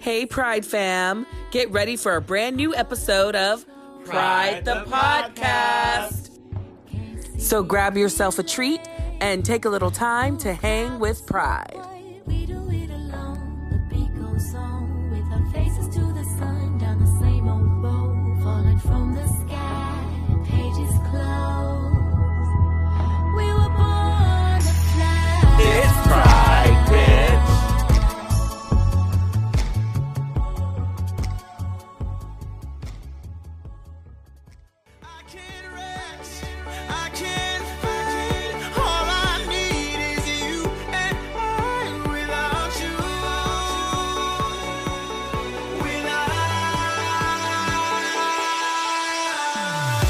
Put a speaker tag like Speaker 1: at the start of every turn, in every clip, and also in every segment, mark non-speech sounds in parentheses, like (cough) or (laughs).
Speaker 1: Hey, Pride fam. Get ready for a brand new episode of Pride, the, podcast. So grab yourself a treat and take a little time to hang with Pride.
Speaker 2: We do it alone. The beat goes on with our faces to the sun, down the same old road, falling from the sky. Pages close. We were born to fly.
Speaker 3: It's Pride, bitch.
Speaker 4: I can't rest. I can't fight. All I need is you, and I'm without you. Without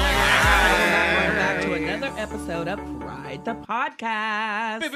Speaker 1: Welcome back to another episode of Pride the podcast. I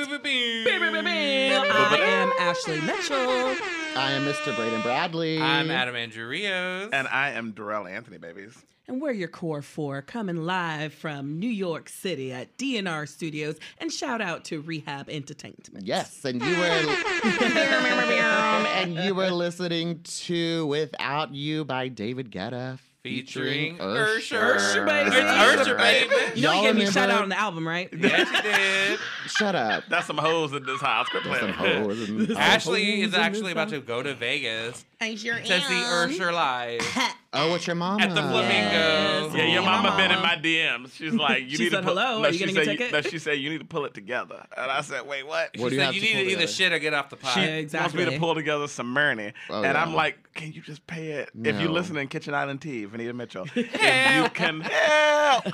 Speaker 1: am Ashley Mitchell.
Speaker 5: I am Mr. Braden Bradley.
Speaker 6: I'm Adam Andrew Rios.
Speaker 3: And I am Darrell Anthony, babies.
Speaker 1: And we're your core four coming live from New York City at DNR Studios. And shout out to Rehab Entertainment.
Speaker 5: Yes, and you were (laughs) and you were listening to "Without You" by David Guetta
Speaker 6: Featuring
Speaker 5: Usher.
Speaker 6: Ursher.
Speaker 1: Usher, baby.
Speaker 6: It's Ursher, baby.
Speaker 1: You know
Speaker 5: Y'all
Speaker 1: you gave me a
Speaker 5: remember-
Speaker 1: shout out on the album, right?
Speaker 6: Yeah, she
Speaker 3: (laughs)
Speaker 6: did.
Speaker 5: Shut up.
Speaker 3: That's some hoes in this house. Quit
Speaker 5: There's some
Speaker 3: playing.
Speaker 5: hoes and-
Speaker 3: Oh,
Speaker 6: Ashley is actually about to go to Vegas to see Ursher live
Speaker 1: (laughs)
Speaker 5: Oh, what's your mama?
Speaker 6: at the Flamingo.
Speaker 3: (laughs) Yeah, your
Speaker 1: Yeah, my
Speaker 3: mama been in my DMs. She's like, you
Speaker 1: She
Speaker 3: need
Speaker 1: said,
Speaker 3: to pull.
Speaker 1: "Hello,
Speaker 3: no,
Speaker 1: are you
Speaker 3: she
Speaker 1: getting a
Speaker 3: said, you-
Speaker 1: ticket?"
Speaker 3: no, she said you need to pull it together, and I said, wait, what?
Speaker 5: What do
Speaker 6: She
Speaker 5: you
Speaker 6: said
Speaker 5: have
Speaker 6: you
Speaker 5: to
Speaker 6: need
Speaker 5: pull
Speaker 6: to either
Speaker 5: together?"
Speaker 6: shit or get off the pot.
Speaker 1: Yeah,
Speaker 3: wants
Speaker 1: exactly.
Speaker 3: me to pull together some Myrnie,
Speaker 5: Oh,
Speaker 3: and I'm
Speaker 5: no.
Speaker 3: like, can you just pay it? If you
Speaker 5: No.
Speaker 3: listen in Kitchen Island Tea, Vanita Mitchell,
Speaker 1: (laughs)
Speaker 3: if you can
Speaker 5: (laughs)
Speaker 3: help.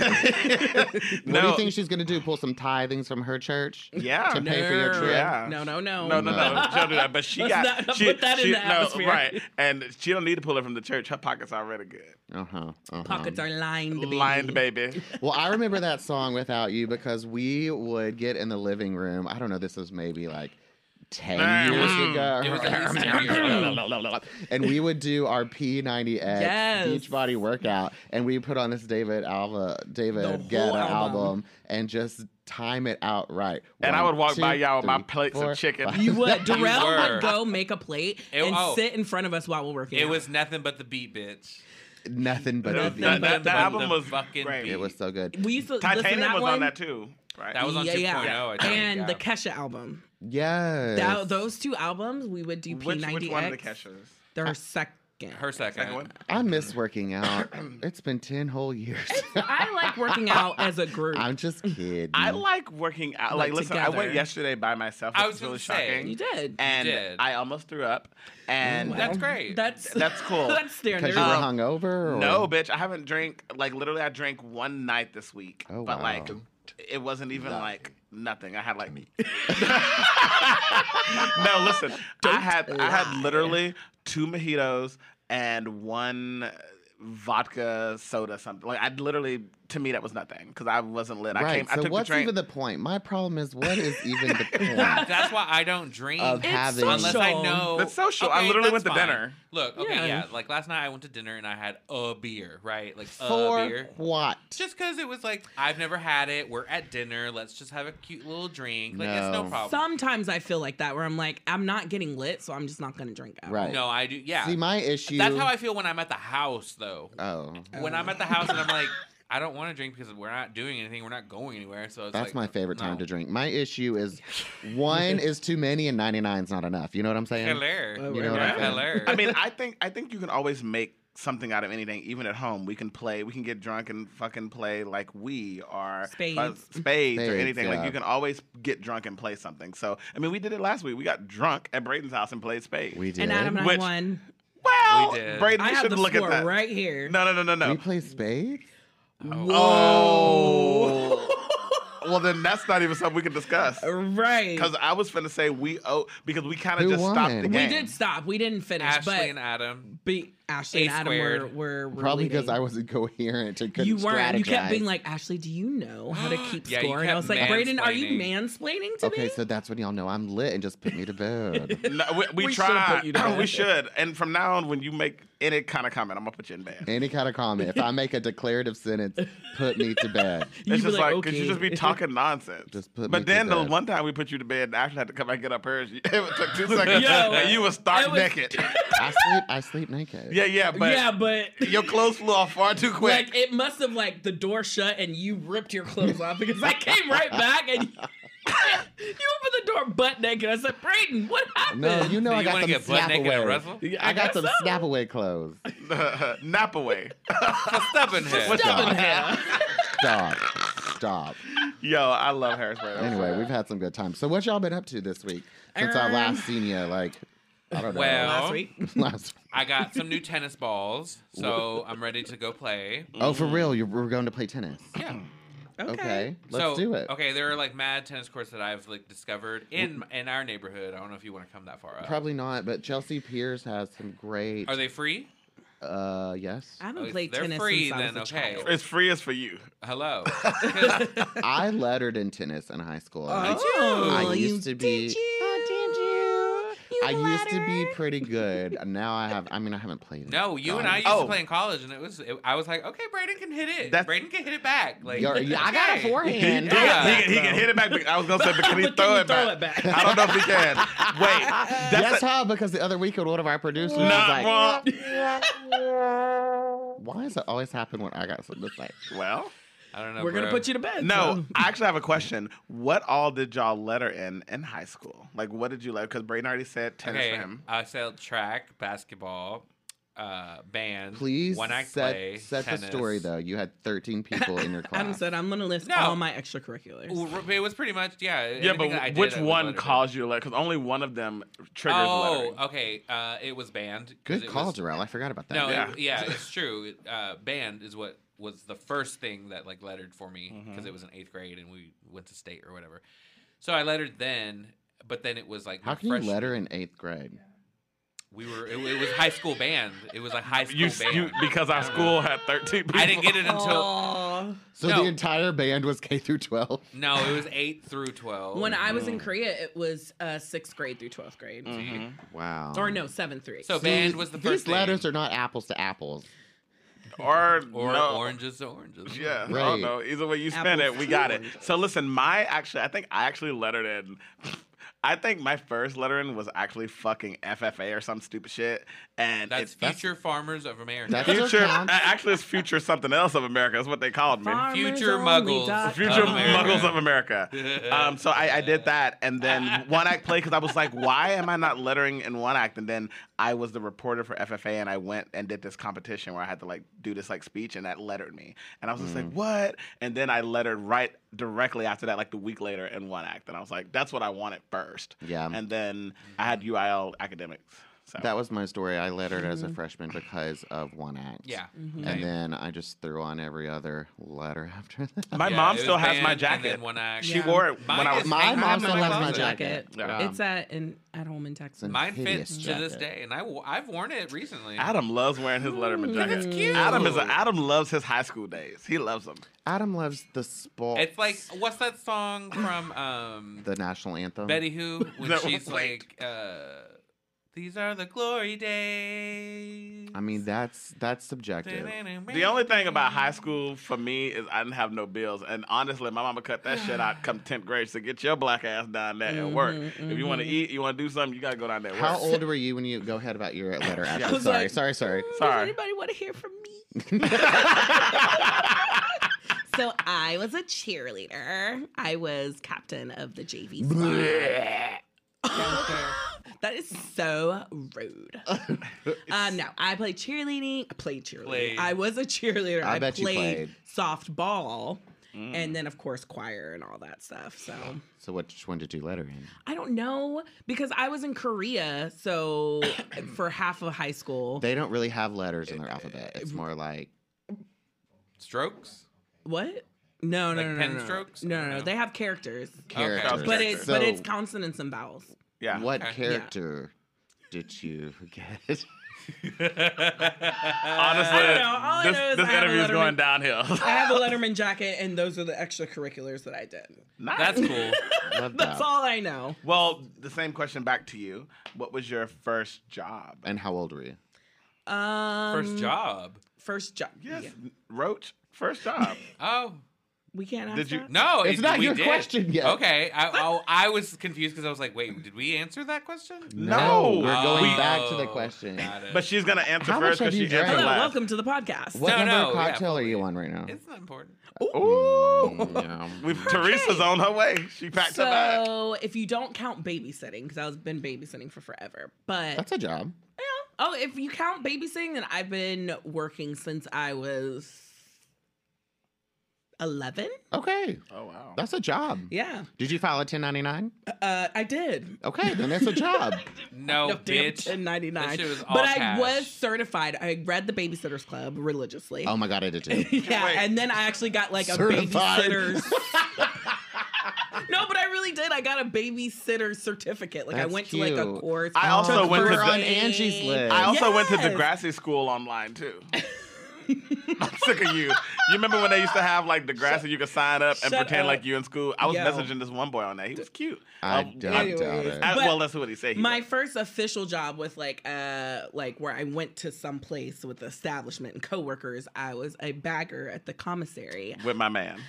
Speaker 5: What do you think she's gonna do? Pull some tithings from her church?
Speaker 3: Yeah.
Speaker 5: To pay for your
Speaker 6: No.
Speaker 5: trip?
Speaker 3: Yeah.
Speaker 1: No, no, no.
Speaker 3: No,
Speaker 5: Uh,
Speaker 3: no, no. She don't do that. But she
Speaker 1: Let's
Speaker 3: got
Speaker 1: not
Speaker 3: she,
Speaker 1: put that in
Speaker 3: she-
Speaker 1: the atmosphere.
Speaker 3: No, right. And she don't need to pull it from the church. Her pockets are already good.
Speaker 5: Uh-huh. uh-huh.
Speaker 1: Pockets are lined, baby.
Speaker 3: Lined baby.
Speaker 5: Well, I remember that song without you because we would get in the living room. I don't know, this was maybe like 10
Speaker 3: Mm.
Speaker 5: years
Speaker 3: (laughs)
Speaker 5: ago.
Speaker 6: It was at least 10 years
Speaker 5: (laughs) and we would do our P90X
Speaker 1: Yes.
Speaker 5: Beachbody workout. And we put on this David Alva,
Speaker 1: The whole
Speaker 5: David Guetta
Speaker 1: album.
Speaker 5: album. and just time it out right.
Speaker 3: And I
Speaker 5: One,
Speaker 3: would walk
Speaker 5: two,
Speaker 3: by y'all with my
Speaker 5: three,
Speaker 3: plates of
Speaker 5: four,
Speaker 3: chicken.
Speaker 5: five. (laughs)
Speaker 1: You
Speaker 3: (laughs)
Speaker 1: would. Darrell would
Speaker 6: were.
Speaker 1: go make a plate
Speaker 6: It-
Speaker 1: and
Speaker 6: oh.
Speaker 1: sit in front of us while we're working.
Speaker 6: It
Speaker 1: out.
Speaker 6: was nothing but the beat, bitch.
Speaker 5: Nothing but the
Speaker 3: That,
Speaker 5: beat.
Speaker 3: that, that
Speaker 6: But
Speaker 3: album
Speaker 6: the
Speaker 3: was
Speaker 6: fucking
Speaker 3: great.
Speaker 6: beat.
Speaker 5: It was so good.
Speaker 1: We used to listen to
Speaker 3: Titanium
Speaker 1: that
Speaker 3: was
Speaker 1: one.
Speaker 3: on that too. Right.
Speaker 6: That was on
Speaker 1: yeah,
Speaker 6: 2.0.
Speaker 1: yeah.
Speaker 3: oh,
Speaker 6: I think,
Speaker 1: and
Speaker 6: yeah.
Speaker 1: the Kesha album.
Speaker 5: Yes.
Speaker 1: That, those two albums, we would do
Speaker 3: which,
Speaker 1: P90X.
Speaker 3: which one of the Keshas?
Speaker 1: Their second.
Speaker 6: her second.
Speaker 3: Second one.
Speaker 5: I miss working out. it's been 10 whole years.
Speaker 1: I like working out as a group.
Speaker 5: (laughs) I'm just kidding.
Speaker 3: I like working out. Like,
Speaker 1: Like,
Speaker 3: listen, I
Speaker 1: together.
Speaker 3: went yesterday by myself. Which
Speaker 6: Mm-hmm. I
Speaker 3: I
Speaker 6: was
Speaker 3: was really
Speaker 6: gonna say.
Speaker 3: shocking.
Speaker 1: you did.
Speaker 3: And
Speaker 6: did.
Speaker 3: I almost threw up. And
Speaker 6: That's great.
Speaker 1: That's (laughs)
Speaker 3: That's cool.
Speaker 1: that's
Speaker 5: because
Speaker 1: standard.
Speaker 5: you were
Speaker 3: Um,
Speaker 5: hungover. Or?
Speaker 3: No, bitch, I haven't drank like literally. I drank one night this week,
Speaker 5: Oh,
Speaker 3: but
Speaker 5: wow.
Speaker 3: like it wasn't even like nothing. I had like (laughs) me. no, listen, I had I had literally two mojitos and one vodka soda something. Like I literally to me that was nothing because I wasn't lit. I
Speaker 5: right.
Speaker 3: came. I
Speaker 5: so
Speaker 3: took
Speaker 5: what's
Speaker 3: the drink.
Speaker 5: even the point? My problem is what is even the point?
Speaker 6: That's why I don't drink
Speaker 5: Of having-
Speaker 6: unless I
Speaker 1: social.
Speaker 6: know.
Speaker 3: That's social. I literally
Speaker 6: that's
Speaker 3: went to dinner.
Speaker 6: Look, okay,
Speaker 1: Yeah.
Speaker 6: yeah. Like last night, I went to dinner and I had a beer, right? Like a
Speaker 5: For
Speaker 6: beer.
Speaker 5: uh, what?
Speaker 6: Just because it was like I've never had it. We're at dinner. Let's just have a cute little drink. Like it's no
Speaker 5: No.
Speaker 6: problem.
Speaker 1: Sometimes I feel like that where I'm like, I'm not getting lit, so I'm just not gonna drink out.
Speaker 5: Right.
Speaker 6: no, I do. Yeah.
Speaker 5: See, my issue.
Speaker 6: That's how I feel when I'm at the house, though.
Speaker 5: Oh,
Speaker 6: When I'm at the house and I'm like, I don't want to drink because we're not doing anything. We're not going anywhere. So it's
Speaker 5: that's
Speaker 6: like,
Speaker 5: my favorite time
Speaker 6: no.
Speaker 5: to drink. My issue is one is too many and 99 is not enough. You know what I'm saying?
Speaker 6: Hello.
Speaker 5: You know what I'm saying?
Speaker 6: Hello.
Speaker 1: (laughs)
Speaker 3: I mean, I think I think you can always make something out of anything, even at home. We can play, we can get drunk and fucking play like we or
Speaker 1: Spades.
Speaker 3: uh, spades or
Speaker 5: Spades,
Speaker 3: anything. Like
Speaker 5: yeah.
Speaker 3: you can always get drunk and play something. So I mean, we did it last week. We got drunk at Braden's house and played spades.
Speaker 5: We did.
Speaker 1: And Adam and I
Speaker 3: Which-
Speaker 1: won.
Speaker 3: well,
Speaker 6: We did.
Speaker 3: Braden,
Speaker 1: I
Speaker 3: you
Speaker 1: have
Speaker 3: should
Speaker 1: the
Speaker 3: look
Speaker 1: score
Speaker 3: at that.
Speaker 1: right here.
Speaker 3: No, no, no, no, no.
Speaker 5: We play spades?
Speaker 1: (laughs)
Speaker 3: Oh. well, then that's not even something we can discuss.
Speaker 1: Right.
Speaker 3: Because I was finna say we owe because we kind of
Speaker 5: Who
Speaker 3: just stopped
Speaker 5: won?
Speaker 3: the
Speaker 5: We
Speaker 3: game.
Speaker 1: We did stop. We didn't finish,
Speaker 6: Ashley
Speaker 1: but (laughs)
Speaker 6: and Adam.
Speaker 1: be,
Speaker 7: Ashley and
Speaker 6: A
Speaker 7: Adam were,
Speaker 6: squared.
Speaker 7: were, were
Speaker 5: Probably because
Speaker 7: leaving.
Speaker 5: I wasn't (laughs) coherent and couldn't
Speaker 7: you weren't. You kept
Speaker 5: strategize.
Speaker 7: being like, Ashley, do you know how to
Speaker 6: (gasps)
Speaker 7: keep
Speaker 6: Yeah, you
Speaker 7: score? And I
Speaker 6: kept
Speaker 7: was like, Brayden, are you mansplaining to
Speaker 5: okay,
Speaker 7: me? (laughs)
Speaker 5: so that's when y'all know I'm lit and just put me to bed.
Speaker 3: (laughs) No, we, we,
Speaker 1: We should've
Speaker 3: try.
Speaker 1: put you to bed.
Speaker 3: (laughs) we should. And from now on, when you make any kind of comment, I'm gonna put you in bed.
Speaker 5: Any kind of comment. If I make a declarative sentence, put me to bed.
Speaker 7: You'd
Speaker 3: It's
Speaker 7: be
Speaker 3: just like,
Speaker 7: okay.
Speaker 3: could you just be talking nonsense?
Speaker 5: Just put me
Speaker 3: but
Speaker 5: to
Speaker 3: then the
Speaker 5: bed.
Speaker 3: one time we put you to bed, Ashley had to come back and get up hers. (laughs) It took two seconds,
Speaker 7: Yo,
Speaker 3: and you were
Speaker 7: it
Speaker 3: stark
Speaker 7: was-
Speaker 3: naked.
Speaker 5: I sleep. I sleep naked.
Speaker 3: yeah, yeah, but
Speaker 7: yeah,
Speaker 6: (laughs)
Speaker 7: but
Speaker 3: your clothes flew off far too quick.
Speaker 7: like it must have like the door shut and you ripped your clothes off because I came right back
Speaker 5: (laughs)
Speaker 7: and (laughs) you opened the door butt naked. I said, Brayden, what
Speaker 5: (laughs)
Speaker 7: happened?
Speaker 5: No, you know
Speaker 6: So
Speaker 5: I
Speaker 6: you
Speaker 5: got
Speaker 6: wanna
Speaker 5: them
Speaker 6: get butt
Speaker 5: snap
Speaker 6: naked
Speaker 5: away.
Speaker 6: and wrestle?
Speaker 5: I got some
Speaker 7: so.
Speaker 5: snap away clothes.
Speaker 3: (laughs) nap away.
Speaker 6: Stubborn head.
Speaker 3: What's
Speaker 5: Stop.
Speaker 3: up?
Speaker 7: (laughs)
Speaker 5: Stop. Stop.
Speaker 3: Yo, I love Harrisburg. I'm
Speaker 5: Anyway,
Speaker 3: sorry.
Speaker 5: we've had some good times. So what y'all been up to this week since I
Speaker 7: Um,
Speaker 5: last seen you? Like, I don't know.
Speaker 6: Well-
Speaker 7: Last week.
Speaker 5: (laughs) Last-
Speaker 6: I got some new tennis balls,
Speaker 5: (laughs)
Speaker 6: so I'm ready to go play.
Speaker 5: oh, for real? You're, we're going to play tennis.
Speaker 6: Yeah.
Speaker 7: Okay.
Speaker 5: Okay, let's
Speaker 6: so,
Speaker 5: do it.
Speaker 6: Okay, there are like mad tennis courts that I've like discovered in in our neighborhood. I don't know if you want to come that far up.
Speaker 5: Probably not, but Chelsea Pierce has some great.
Speaker 6: Are they free?
Speaker 5: Uh, yes.
Speaker 7: I haven't
Speaker 6: Oh, if
Speaker 7: played
Speaker 6: they're
Speaker 7: tennis
Speaker 6: free,
Speaker 7: since I was
Speaker 6: then
Speaker 7: a
Speaker 6: okay.
Speaker 7: child.
Speaker 3: It's free as for you.
Speaker 5: (laughs)
Speaker 6: Hello.
Speaker 5: I lettered in tennis in high school. and I-
Speaker 7: Oh,
Speaker 5: I
Speaker 7: you-
Speaker 5: used to be.
Speaker 7: Did you? Oh, did you?
Speaker 5: I used to be pretty good. Now I have. I mean, I haven't played.
Speaker 6: (laughs)
Speaker 5: in
Speaker 6: no, you and
Speaker 5: God.
Speaker 6: I used
Speaker 3: Oh.
Speaker 6: to play in college, and it was it, I was like, okay, Braden can hit it.
Speaker 3: That's-
Speaker 6: Braden can hit it back. Like
Speaker 5: You're- yeah, I got a
Speaker 6: okay.
Speaker 5: forehand.
Speaker 3: He,
Speaker 6: Yeah.
Speaker 3: can, he can- he can hit it back. but I was gonna say, but can he
Speaker 7: But
Speaker 3: throw,
Speaker 7: you
Speaker 3: it, back? I don't know if he can. Wait, that's
Speaker 5: That's
Speaker 3: a-
Speaker 5: how because the other weekend one of our producers was
Speaker 3: not
Speaker 5: like,
Speaker 7: (laughs)
Speaker 3: wrong.
Speaker 5: "Why does it always happen when I got something to say?"
Speaker 3: Well,
Speaker 6: I don't know.
Speaker 7: We're gonna
Speaker 6: bro.
Speaker 7: put you to bed.
Speaker 3: no.
Speaker 7: so.
Speaker 3: I actually have a question. What all did y'all letter in in high school? Like, what did you like? Because Brayden already said tennis
Speaker 6: Okay,
Speaker 3: for him.
Speaker 6: I said track, basketball, uh, band.
Speaker 5: Please
Speaker 6: one act
Speaker 5: set,
Speaker 6: play.
Speaker 5: set the
Speaker 6: tennis.
Speaker 5: story though. You had
Speaker 6: (laughs)
Speaker 5: 13 people in your class.
Speaker 7: Adam said, I'm gonna list
Speaker 6: No.
Speaker 7: all my extracurriculars.
Speaker 6: Well, It was pretty much yeah.
Speaker 3: Yeah,
Speaker 6: anything that I
Speaker 3: but
Speaker 6: did,
Speaker 3: which
Speaker 6: I was
Speaker 3: one
Speaker 6: lettering.
Speaker 3: caused you to letter? Because only one of them triggers
Speaker 6: Oh,
Speaker 3: lettering.
Speaker 6: okay. Uh, it was banned. 'cause
Speaker 5: "Good
Speaker 6: it
Speaker 5: call,
Speaker 6: was-
Speaker 5: Jarrell. I forgot about that."
Speaker 6: No,
Speaker 3: Yeah.
Speaker 6: yeah, it, yeah it's true. It, Uh, band is what was the first thing that like lettered for me
Speaker 3: Mm-hmm.
Speaker 6: because it was in eighth grade and we went to state or whatever. So I lettered then, but then it was like my
Speaker 5: How can you
Speaker 6: freshman-
Speaker 5: letter in eighth grade?
Speaker 6: We were it, it was high school band. It was like high oh, school
Speaker 3: You,
Speaker 6: band.
Speaker 3: you because our school had thirteen. People.
Speaker 6: I didn't get it
Speaker 7: Oh.
Speaker 6: until
Speaker 3: (laughs)
Speaker 7: Aw.
Speaker 5: So
Speaker 6: No.
Speaker 5: the entire band was K through 12.
Speaker 6: no, it was eight through twelve.
Speaker 7: When I was in Korea, it was uh, sixth grade through twelfth grade,
Speaker 3: Mm-hmm.
Speaker 5: Wow.
Speaker 7: or no, seventh through.
Speaker 6: so
Speaker 7: So
Speaker 6: band was the first.
Speaker 5: These letters
Speaker 6: thing.
Speaker 5: are not apples to apples.
Speaker 3: Or,
Speaker 6: or
Speaker 3: no.
Speaker 6: oranges to oranges.
Speaker 3: Yeah, I
Speaker 5: Right.
Speaker 3: don't know. Either way you spin
Speaker 7: Apples
Speaker 3: it, we got it.
Speaker 7: to
Speaker 3: So listen, my actually, I think I actually lettered in. (laughs) I think my first lettering was actually fucking FFA or some stupid shit, and
Speaker 6: That's
Speaker 3: it's
Speaker 6: future farmers of America.
Speaker 5: That's-
Speaker 3: future.
Speaker 5: Still counts.
Speaker 3: a- Actually, it's future something else of America. That's what they called me.
Speaker 6: Future muggles.
Speaker 3: Future
Speaker 5: Oh,
Speaker 6: Of America.
Speaker 3: Muggles of America. Um, so I, I did that, and then
Speaker 5: (laughs)
Speaker 3: one act play because I was like, why am I not lettering in one act? And then I was the reporter for FFA, and I went and did this competition where I had to like do this like speech, and that lettered me. And I was just
Speaker 5: Mm.
Speaker 3: like, what? And then I lettered right directly after that, like the week later, in one act, and I was like, that's what I wanted first.
Speaker 5: Yeah.
Speaker 3: And then I had UIL academics. So
Speaker 5: That was my story. I lettered as
Speaker 7: Mm-hmm.
Speaker 5: a freshman because of one act.
Speaker 6: Yeah.
Speaker 5: And then I just threw on every other letter (laughs) after that.
Speaker 3: my
Speaker 6: Yeah,
Speaker 3: mom
Speaker 6: it
Speaker 3: still
Speaker 6: was
Speaker 3: has my
Speaker 6: band and
Speaker 3: jacket.
Speaker 6: then one act.
Speaker 3: She wore it
Speaker 6: Mine
Speaker 3: when I
Speaker 6: is
Speaker 3: was.
Speaker 6: hanging
Speaker 5: My
Speaker 6: out
Speaker 5: mom
Speaker 6: in
Speaker 5: still
Speaker 6: my
Speaker 5: has my
Speaker 6: closet.
Speaker 5: jacket.
Speaker 7: jacket.
Speaker 3: Yeah.
Speaker 7: It's at an at home in Texas.
Speaker 6: Mine
Speaker 5: Um, Hideous
Speaker 6: fits to this
Speaker 5: jacket.
Speaker 6: day, and I, w- I've worn it recently.
Speaker 3: Adam loves wearing his
Speaker 8: Mm,
Speaker 3: Letterman jacket.
Speaker 6: That's cute.
Speaker 3: Adam is a, Adam loves his high school days. He loves them.
Speaker 5: Adam loves the sport.
Speaker 6: It's like what's that song from um,
Speaker 5: the national anthem.
Speaker 6: Betty
Speaker 5: (laughs)
Speaker 6: Who when
Speaker 3: That
Speaker 6: she's
Speaker 3: was like-
Speaker 6: like, uh, "These are the glory days."
Speaker 5: I mean, that's that's subjective.
Speaker 3: The only thing about high school for me is I didn't have no bills. And honestly, my mama cut that shit
Speaker 8: (sighs)
Speaker 3: out come 10th grade. So get your black ass down there and work.
Speaker 8: Mm-hmm,
Speaker 3: If you want to eat, you want to do something, you got to go down there and work.
Speaker 5: How old were you when you go ahead about your
Speaker 6: (coughs)
Speaker 5: letter?
Speaker 3: I
Speaker 5: Actually,
Speaker 7: was
Speaker 5: sorry,
Speaker 7: like-
Speaker 5: sorry, sorry.
Speaker 7: Does
Speaker 3: Sorry.
Speaker 7: anybody want to hear from me?
Speaker 5: (laughs)
Speaker 7: so I was a cheerleader. I was captain of the JV squad. (laughs) that is so
Speaker 5: (laughs)
Speaker 7: rude. um, no, I played cheerleading. I played cheerleading.
Speaker 6: Played.
Speaker 7: I was a cheerleader.
Speaker 5: I
Speaker 7: I,
Speaker 5: bet you
Speaker 7: played,
Speaker 5: played. Mm.
Speaker 7: softball. And then, of course, choir and all that stuff. So
Speaker 5: So which one did you letter in?
Speaker 7: I don't know because I was in Korea.
Speaker 5: (coughs)
Speaker 7: So for half of high school,
Speaker 5: They don't really have letters
Speaker 6: Uh,
Speaker 5: in their alphabet. It's more like
Speaker 6: strokes. (laughs)
Speaker 7: What? No, no,
Speaker 6: Like
Speaker 7: no, no,
Speaker 6: pen
Speaker 7: no.
Speaker 6: strokes?
Speaker 7: No, no, no.
Speaker 6: No.
Speaker 7: They have characters,
Speaker 5: characters.
Speaker 7: but it's
Speaker 5: So
Speaker 7: but it's consonants and vowels.
Speaker 3: Yeah.
Speaker 5: what
Speaker 6: Okay.
Speaker 5: character did you (laughs) get?
Speaker 3: Honestly,
Speaker 8: don't know. All I
Speaker 3: this,
Speaker 8: know is
Speaker 3: this
Speaker 8: I have a
Speaker 3: interview is
Speaker 8: Letterman-
Speaker 3: going
Speaker 8: (laughs)
Speaker 3: downhill. (laughs)
Speaker 8: I have a Letterman jacket, and those are the extracurriculars that I did.
Speaker 3: Nice.
Speaker 6: That's cool.
Speaker 5: Love
Speaker 8: That's
Speaker 5: that.
Speaker 8: all I know.
Speaker 3: Well, the same question back to you. What was your first job?
Speaker 5: And how old were you?
Speaker 8: Um,
Speaker 6: First job.
Speaker 8: First job.
Speaker 3: yes,
Speaker 8: Yeah.
Speaker 3: Roach, first
Speaker 5: (laughs)
Speaker 3: job.
Speaker 6: Oh
Speaker 8: We can't ask
Speaker 3: Did you-
Speaker 8: that?
Speaker 6: no,
Speaker 5: It's
Speaker 6: it-
Speaker 5: not
Speaker 6: we
Speaker 5: your
Speaker 6: did.
Speaker 5: question yet.
Speaker 6: Okay, I, I, I was confused because I was like, wait, did we answer that question?
Speaker 3: No.
Speaker 5: we're going
Speaker 6: Oh,
Speaker 5: back to the question.
Speaker 6: got it.
Speaker 3: but she's gonna answer
Speaker 5: How much
Speaker 3: first
Speaker 5: have
Speaker 3: because
Speaker 5: you
Speaker 3: she
Speaker 5: drank?
Speaker 3: answered
Speaker 8: Hello,
Speaker 3: last.
Speaker 8: welcome to the podcast.
Speaker 5: What
Speaker 6: No,
Speaker 5: number
Speaker 6: no,
Speaker 5: of
Speaker 6: yeah,
Speaker 5: cocktail are you on right now?
Speaker 6: it's not important.
Speaker 3: Ooh,
Speaker 8: (laughs)
Speaker 5: Mm,
Speaker 3: We've, Teresa's on her way. She packed her bag.
Speaker 8: So, if you don't count babysitting, because I've been babysitting for forever, but
Speaker 5: That's a job.
Speaker 8: Yeah. oh, if you count babysitting, then I've been working since I was eleven.
Speaker 5: Okay,
Speaker 3: Oh wow.
Speaker 5: that's a job.
Speaker 8: Yeah,
Speaker 5: Did you file a 1099?
Speaker 8: uh, I did.
Speaker 5: Okay, then that's a job.
Speaker 6: No, Oh, bitch.
Speaker 8: in ninety nine.
Speaker 6: That shit was all
Speaker 8: But I
Speaker 6: cash.
Speaker 8: was certified. I read the Babysitters Club religiously.
Speaker 5: oh my god, I did too.
Speaker 8: (laughs) yeah,
Speaker 3: Wait.
Speaker 8: and then I actually got like a
Speaker 5: Certified. (laughs)
Speaker 8: babysitter's. (laughs) no, but I really did. I got a babysitter certificate. Like I
Speaker 5: That's
Speaker 8: went to like a
Speaker 5: cute.
Speaker 8: course.
Speaker 3: I also
Speaker 8: took
Speaker 3: went to
Speaker 5: We're
Speaker 3: the-
Speaker 5: Oh, on
Speaker 8: birthday.
Speaker 5: Angie's list.
Speaker 3: I also went to
Speaker 8: Yes.
Speaker 3: Degrassi School online
Speaker 8: (laughs)
Speaker 3: too. I'm sick of you. You remember when they used to have like Degrassi, you could sign up and
Speaker 8: shut
Speaker 3: pretend
Speaker 8: up.
Speaker 3: like you in school. I was
Speaker 8: Yo.
Speaker 3: messaging this one boy on that. He was cute.
Speaker 5: I
Speaker 3: Um,
Speaker 5: doubt
Speaker 3: I-
Speaker 5: it.
Speaker 3: I-
Speaker 8: But
Speaker 3: well, that's what he said. He
Speaker 8: My
Speaker 3: was.
Speaker 8: first official job with like uh like where I went to some place with establishment and coworkers. I was a bagger at the commissary.
Speaker 3: with my man.